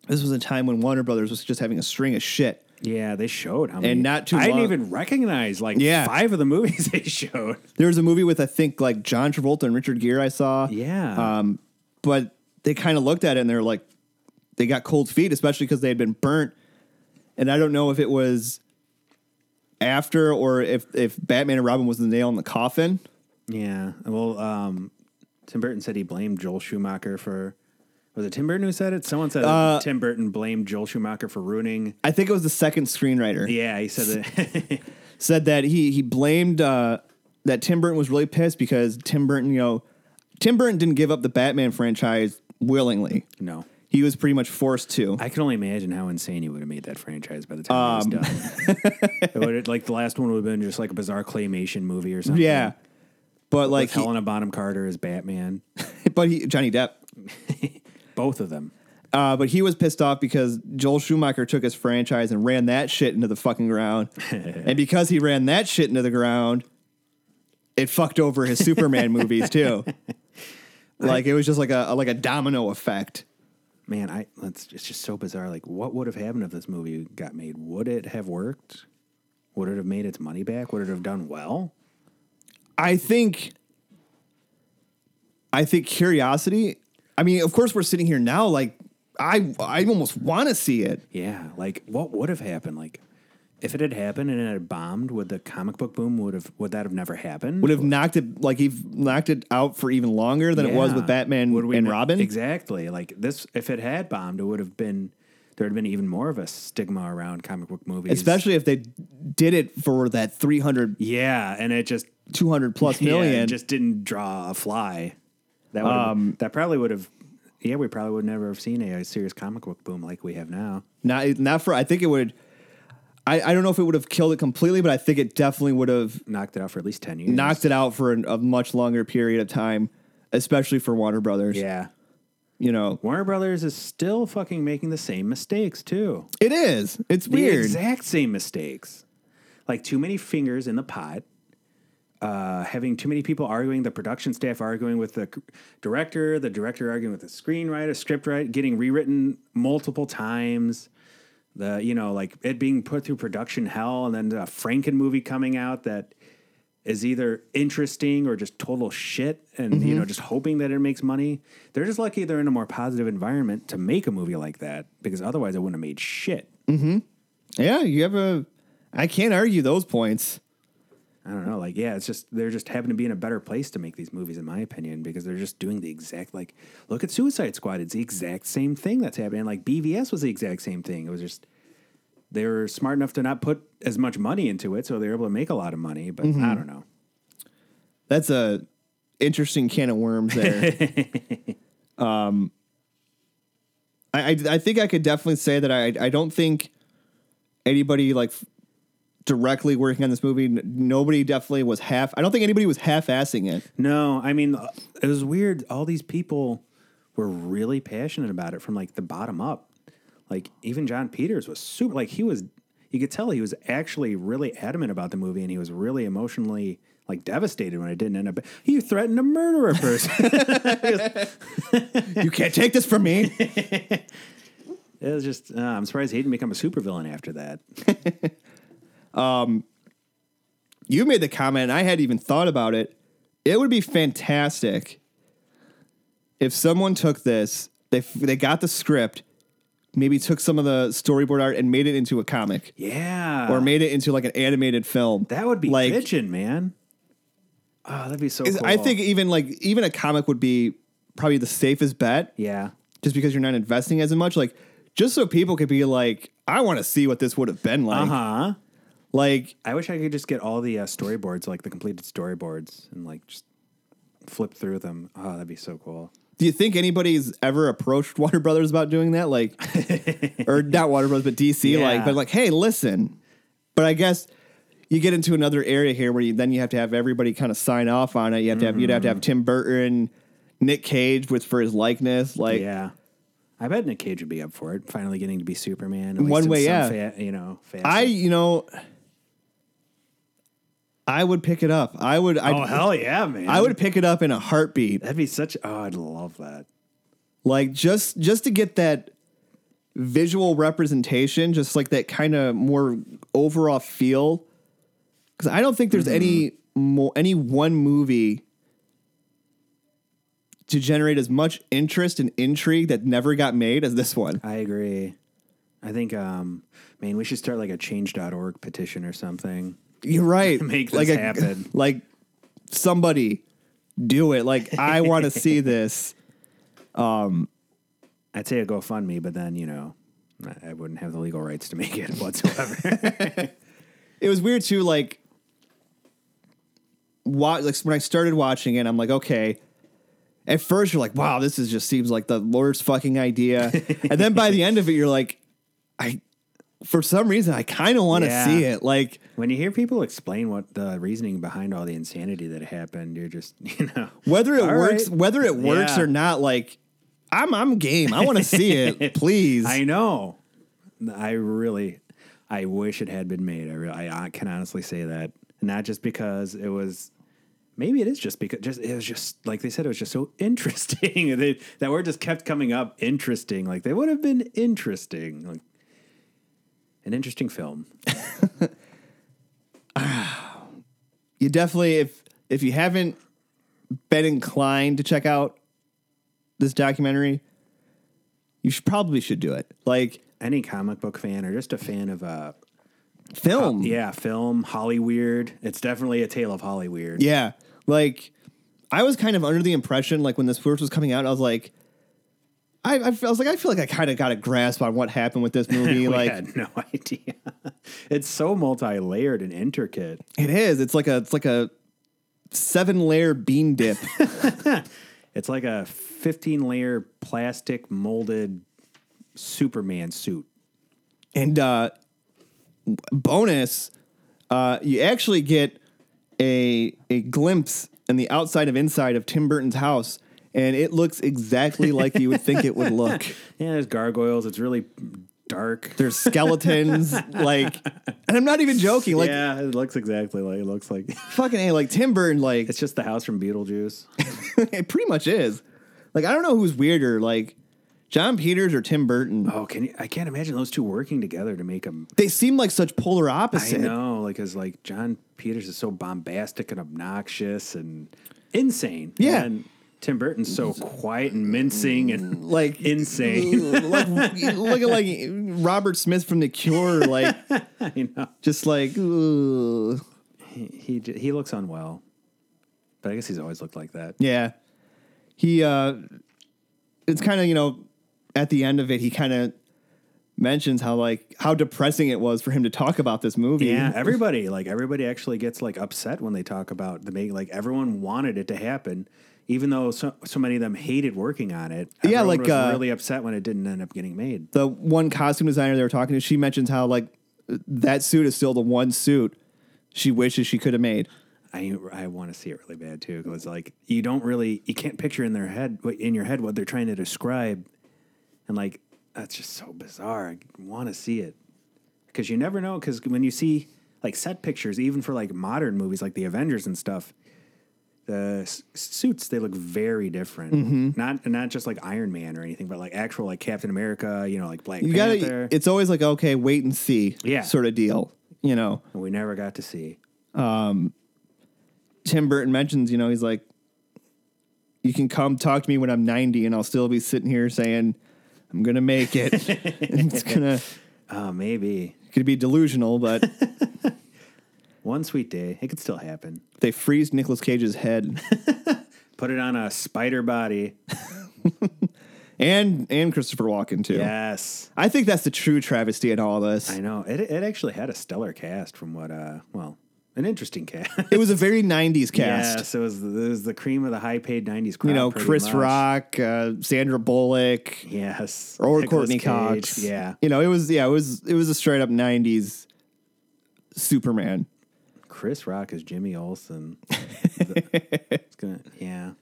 S1: this was a time when Warner Brothers was just having a string of shit.
S2: Yeah, they showed how many.
S1: not too
S2: I
S1: long-
S2: didn't even recognize like
S1: Yeah.
S2: five of the movies they showed.
S1: There was a movie with I think like John Travolta and Richard Gere I saw.
S2: Yeah.
S1: Um, but they kind of looked at it and they were like, they got cold feet, especially because they had been burnt. And I don't know if it was after or if if Batman and Robin was the nail in the coffin.
S2: yeah. Well, um, Tim Burton said he blamed Joel Schumacher for. Was it Tim Burton who said it? Someone said
S1: Uh,
S2: Tim Burton blamed Joel Schumacher for ruining.
S1: I think it was the second screenwriter
S2: Yeah, he said that.
S1: said that he he blamed uh, that Tim Burton was really pissed because Tim Burton, you know, Tim Burton didn't give up the Batman franchise willingly.
S2: no.
S1: He was pretty much forced to.
S2: I can only imagine how insane he would have made that franchise by the time
S1: Um,
S2: it was done. it would like the last one would have been just like a bizarre claymation movie or something.
S1: yeah. But like
S2: like
S1: he,
S2: Helena Bonham Carter as Batman.
S1: but he Johnny Depp
S2: Both of them.
S1: Uh, but he was pissed off because Joel Schumacher took his franchise and ran that shit into the fucking ground. and because he ran that shit into the ground, it fucked over his Superman movies too. Like it was just like a like a domino effect.
S2: Man, I that's it's just so bizarre. Like, what would have happened if this movie got made? Would it have worked? Would it have made its money back? Would it have done well?
S1: I think I think curiosity. I mean, of course we're sitting here now like I I almost want to see it.
S2: Yeah. Like, what would have happened? Like, if it had happened and it had bombed, would the comic book boom would have would that have never happened?
S1: Would have knocked it like he knocked it out for even longer than it was with
S2: Yeah.
S1: Batman
S2: Would we
S1: and
S2: know-
S1: Robin.
S2: Exactly. Like this, if it had bombed, it would have been there would have been even more of a stigma around comic book movies,
S1: especially if they did it for that 300
S2: Yeah, and it just
S1: 200 plus
S2: yeah, it
S1: million Um,
S2: just didn't draw a fly. That would have- that probably would have. Yeah, we probably would never have seen a, a serious comic book boom like we have now.
S1: not not for i think it would I, I don't know if it would have killed it completely but i think it definitely would have
S2: Knocked it out for at least ten years.
S1: knocked it out for an, a much longer period of time especially for warner brothers
S2: Yeah.
S1: you know
S2: Warner Brothers is still fucking making the same mistakes too.
S1: it is it's
S2: the
S1: weird
S2: exact same mistakes. Like too many fingers in the pot, uh, having too many people arguing, the production staff arguing with the c- director, the director arguing with the screenwriter, scriptwriter, getting rewritten multiple times. The you know like it being put through production hell, and then the Franken movie coming out that is either interesting or just total shit, and you know just hoping that it makes money. They're just lucky they're in a more positive environment to make a movie like that because otherwise it wouldn't have made shit.
S1: yeah you have a i can't argue those points
S2: I don't know. Like, yeah, it's just they're just happen to be in a better place to make these movies, in my opinion, because they're just doing the exact like. Look at Suicide Squad; it's the exact same thing that's happening. Like BVS was the exact same thing. It was just they were smart enough to not put as much money into it, so they were able to make a lot of money. But I don't know.
S1: that's a interesting can of worms there. um, I, I I think I could definitely say that I I don't think anybody like f- directly working on this movie. n- Nobody definitely was half. I don't think anybody was half-assing it.
S2: No, I mean it was weird. All these people were really passionate about it from like the bottom up. Like even John Peters was super. Like he was, you could tell he was actually really adamant about the movie, and he was really emotionally like devastated when it didn't end up. He threatened to murder a person.
S1: you can't take this from me.
S2: it was just. Uh, I'm surprised he didn't become a supervillain after that.
S1: You made the comment, and I hadn't even thought about it. It would be fantastic if someone took this. They f- they got the script. Maybe took some of the storyboard art and made it into a comic.
S2: Yeah,
S1: or made it into like an animated film.
S2: that would be
S1: like
S2: bitchin', man. Oh, that'd be so.
S1: is-
S2: Cool.
S1: I think even like even a comic would be probably the safest bet
S2: Yeah.
S1: just because you're not investing as much like just so people could be like I want to see what this would have been like.
S2: Uh huh.
S1: Like
S2: I wish I could just get all the uh, storyboards, like the completed storyboards, and like just flip through them. Oh, that'd be so cool.
S1: do you think anybody's ever approached Warner Brothers about doing that like or not Warner Brothers but DC like
S2: Yeah.
S1: but like hey listen. But I guess you get into another area here where you then you have to have everybody kind of sign off on it. You have to have you'd have to
S2: Mm.
S1: have Tim Burton, Nick Cage with for his likeness like
S2: yeah, I bet Nick Cage would be up for it. Finally getting to be Superman. at least
S1: One
S2: in
S1: way,
S2: some
S1: yeah.
S2: fa- you know, facet.
S1: I, you know, I would pick it up. I would. I'd,
S2: oh hell Oh, yeah, man!
S1: I would pick it up in a heartbeat.
S2: That'd be such. Oh, I'd love that.
S1: Like just just to get that visual representation, just like that kind of more overall feel. Because I don't think there's any mo- any one movie to generate as much interest and intrigue that never got made as this one.
S2: I agree. I think, um, man, we should start like a change.org petition or something.
S1: You're right.
S2: Make
S1: like
S2: this happen.
S1: Like somebody do it. Like I want to see this.
S2: I'd say a GoFundMe, but then, you know, I- I wouldn't have the legal rights to make it whatsoever.
S1: it was weird too. Like, watch like when I started watching it, I'm like, okay. At first, you're like, wow, this is just seems like the worst fucking idea, and then by the end of it, you're like, I, for some reason, I kind of want to
S2: Yeah.
S1: see it. Like,
S2: when you hear people explain what the reasoning behind all the insanity that happened, you're just, you know,
S1: whether it
S2: All
S1: works,
S2: right.
S1: whether it works
S2: Yeah.
S1: or not, like, I'm I'm game. I want to see it, please.
S2: I know. I really, I wish it had been made. I really, I can honestly say that. Not just because it was, maybe it is just because just it was just like they said it was just so interesting. they, that word just kept coming up. Interesting, like they would have been interesting, like an interesting film.
S1: you definitely if if you haven't been inclined to check out this documentary you should probably should do it like
S2: Any comic book fan or just a fan of uh
S1: film
S2: yeah film Holly Weird, it's definitely a tale of Holly Weird.
S1: yeah like i was kind of under the impression like when this first was coming out i was like i, I, feel- I was like i feel like i kind of got a grasp on what happened with this movie
S2: We
S1: like
S2: had no idea. it's so multi-layered and intricate.
S1: it is it's like a it's like a seven layer bean dip
S2: It's like a 15 layer plastic molded Superman suit.
S1: And uh, bonus, uh, you actually get a a glimpse in the outside of inside of Tim Burton's house, and it looks exactly like you would think it would look.
S2: Yeah, there's gargoyles. It's really dark.
S1: There's skeletons, like, and I'm not even joking. Like,
S2: yeah, it looks exactly like it looks like.
S1: fucking, a, like Tim Burton, like,
S2: It's just the house from Beetlejuice.
S1: it pretty much is. Like, I don't know who's weirder, like, John Peters or Tim Burton.
S2: Oh, can you, I can't imagine those two working together to make them.
S1: They seem like such polar
S2: I
S1: opposites.
S2: know, like, cause like John Peters is so bombastic and obnoxious and insane.
S1: Yeah.
S2: And Tim Burton's so quiet and mincing and
S1: Like,
S2: insane.
S1: like look at like Robert Smith from The Cure, like
S2: I know.
S1: just like ugh.
S2: He j- he looks unwell, but I guess he's always looked like that.
S1: yeah. He uh, it's kind of you know at the end of it he kind of mentions how like how depressing it was for him to talk about this movie.
S2: Yeah, everybody like everybody actually gets like upset when they talk about the making. Like everyone wanted it to happen, even though so, so many of them hated working on it.
S1: Yeah,
S2: Everyone
S1: like,
S2: was
S1: uh,
S2: really upset when it didn't end up getting made.
S1: The one costume designer they were talking to, she mentions how like that suit is still the one suit she wishes she could have made.
S2: I I want to see it really bad too because like you don't really you can't picture in their head what in your head what they're trying to describe, and like that's just so bizarre. I want to see it because you never know because when you see like set pictures even for like modern movies like the Avengers and stuff. The s- suits they look very different,
S1: Mm-hmm.
S2: not not just like Iron Man or anything, but like actual like Captain America, you know, like Black
S1: You gotta.
S2: Panther.
S1: It's always like okay, wait and see.
S2: Yeah.
S1: Sort of deal. You know.
S2: and we never got to see.
S1: Tim Burton mentions, you know, he's like, you can come talk to me when I'm 90 and I'll still be sitting here saying, I'm going to make it. it's going to
S2: Oh, maybe
S1: could be delusional, but
S2: one sweet day it could still happen.
S1: they freeze Nicolas Cage's head
S2: Put it on a spider body.
S1: and and Christopher Walken too.
S2: Yes.
S1: I think that's the true travesty in all this.
S2: I know. It it actually had a stellar cast from what uh well, an interesting cast.
S1: It was a very 90s cast.
S2: yes, it was, the, it was the cream of the high paid 90s crowd.
S1: You know,
S2: pretty
S1: Chris
S2: much.
S1: Rock, uh, Sandra Bullock,
S2: Yes.
S1: or
S2: Nicolas
S1: Courtney
S2: Cage.
S1: Cox.
S2: Yeah.
S1: You know, it was yeah, it was it was a straight up 90s Superman.
S2: Chris Rock is Jimmy Olsen. it's gonna, yeah.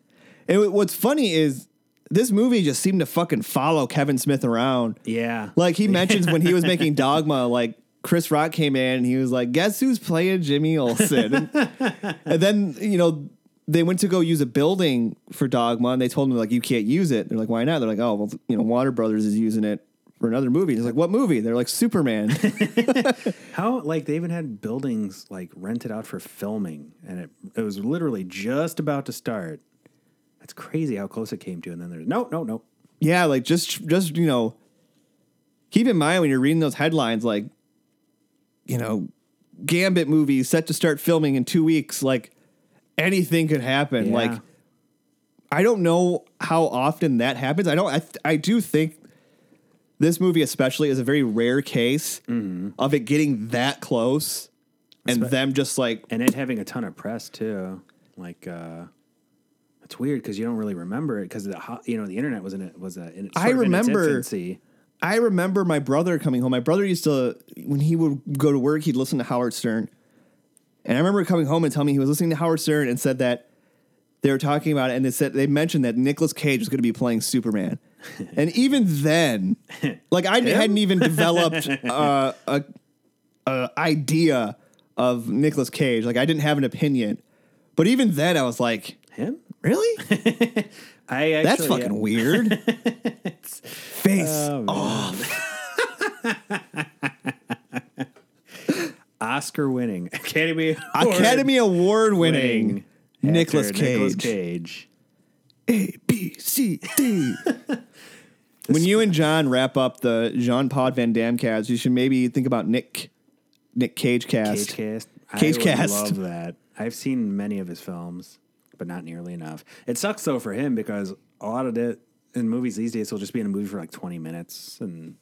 S1: And wh- what's funny is this movie just seemed to fucking follow Kevin Smith around.
S2: Yeah.
S1: Like he mentions when he was making Dogma, like Chris Rock came in and he was like, "Guess who's playing Jimmy Olsen?" and, and then you know they went to go use a building for Dogma, and they told them like you can't use it. They're like, why not? They're like, oh, well, you know, Warner Brothers is using it for another movie. He's like, what movie? They're like Superman.
S2: How like they even had buildings like rented out for filming, and it it was literally just about to start. That's crazy how close it came to, and then there's no, no, no.
S1: yeah, like just just you know, keep in mind when you're reading those headlines, like, you know, Gambit movie set to start filming in two weeks. Like anything could happen.
S2: Yeah.
S1: Like I don't know how often that happens. I don't. I, th- I do think this movie, especially, is a very rare case of it getting that close, and them just like
S2: and it having a ton of press too. Like uh it's weird because you don't really remember it because the ho- you know the internet was in it was a in,
S1: I
S2: sort of in its
S1: remember-
S2: infancy.
S1: I remember my brother coming home. My brother used to, when he would go to work, he'd listen to Howard Stern. And I remember coming home and telling me he was listening to Howard Stern and said that they were talking about it and they said they mentioned that Nicolas Cage was going to be playing Superman. and even then, like I hadn't even developed uh, a, a idea of Nicolas Cage. Like I didn't have an opinion. But even then, I was like,
S2: Him?
S1: really?
S2: I actually, uh,
S1: That's fucking
S2: yeah.
S1: weird. Face
S2: Oscar winning Academy Award
S1: Academy Award
S2: winning
S1: winning Nicolas
S2: actor, Nicolas
S1: Cage.
S2: Cage.
S1: A B C D. When you and John wrap up the Jean Pod Van Damme cast, you should maybe think about Nick Nick Cage cast.
S2: Cage cast.
S1: Cage
S2: I
S1: cast.
S2: Would love that. I've seen many of his films, but not nearly enough. It sucks though for him because a lot of it in movies these days he'll just be in a movie for like twenty minutes and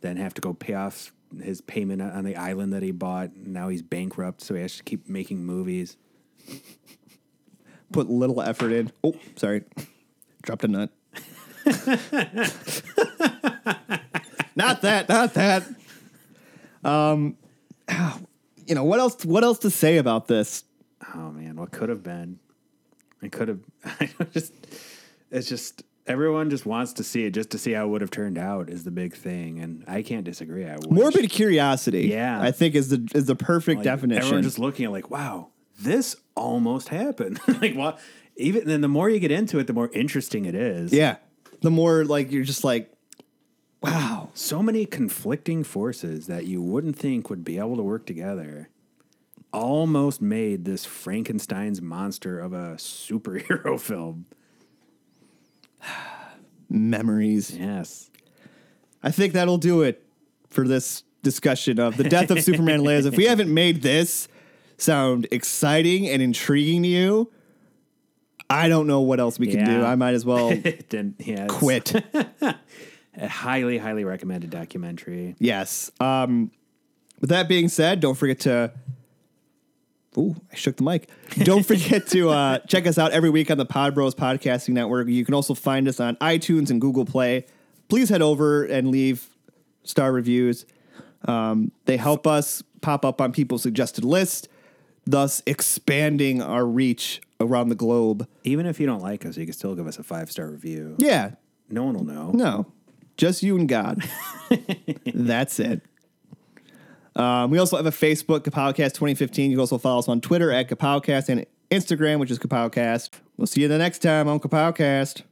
S2: then have to go pay off his payment on the island that he bought. Now he's bankrupt, so he has to keep making movies.
S1: Put little effort in. Oh, sorry. Dropped a nut. not that, not that. Um you know, what else what else to say about this?
S2: Oh man, what could have been? It could have. I just. It's just everyone just wants to see it just to see how it would have turned out is the big thing, and I can't disagree. I wish.
S1: Morbid curiosity.
S2: Yeah.
S1: I think is the is the perfect
S2: Like,
S1: definition.
S2: Everyone just looking at like, wow, this almost happened. like what? Even then, the more you get into it, the more interesting it is.
S1: Yeah. The more like you're just like, wow.
S2: So many conflicting forces that you wouldn't think would be able to work together almost made this Frankenstein's monster of a superhero film.
S1: Memories.
S2: Yes.
S1: I think that'll do it for this discussion of the death of Superman Lives. If we haven't made this sound exciting and intriguing to you, I don't know what else we can do.
S2: Yeah.
S1: I might as well
S2: then yeah, it's
S1: quit.
S2: a highly, highly recommended documentary.
S1: yes. Um, with that being said, don't forget to. Ooh, I shook the mic. Don't forget to uh, check us out every week on the Pod Bros Podcasting Network. You can also find us on iTunes and Google Play. Please head over and leave star reviews. Um, they help us pop up on people's suggested list, thus expanding our reach around the globe.
S2: Even if you don't like us, you can still give us a five star review.
S1: Yeah,
S2: No one will know.
S1: no, just you and God. That's it. Um, we also have a Facebook, Kapowcast 2015. You can also follow us on Twitter at Kapowcast and Instagram, which is Kapowcast. We'll see you the next time on Kapowcast.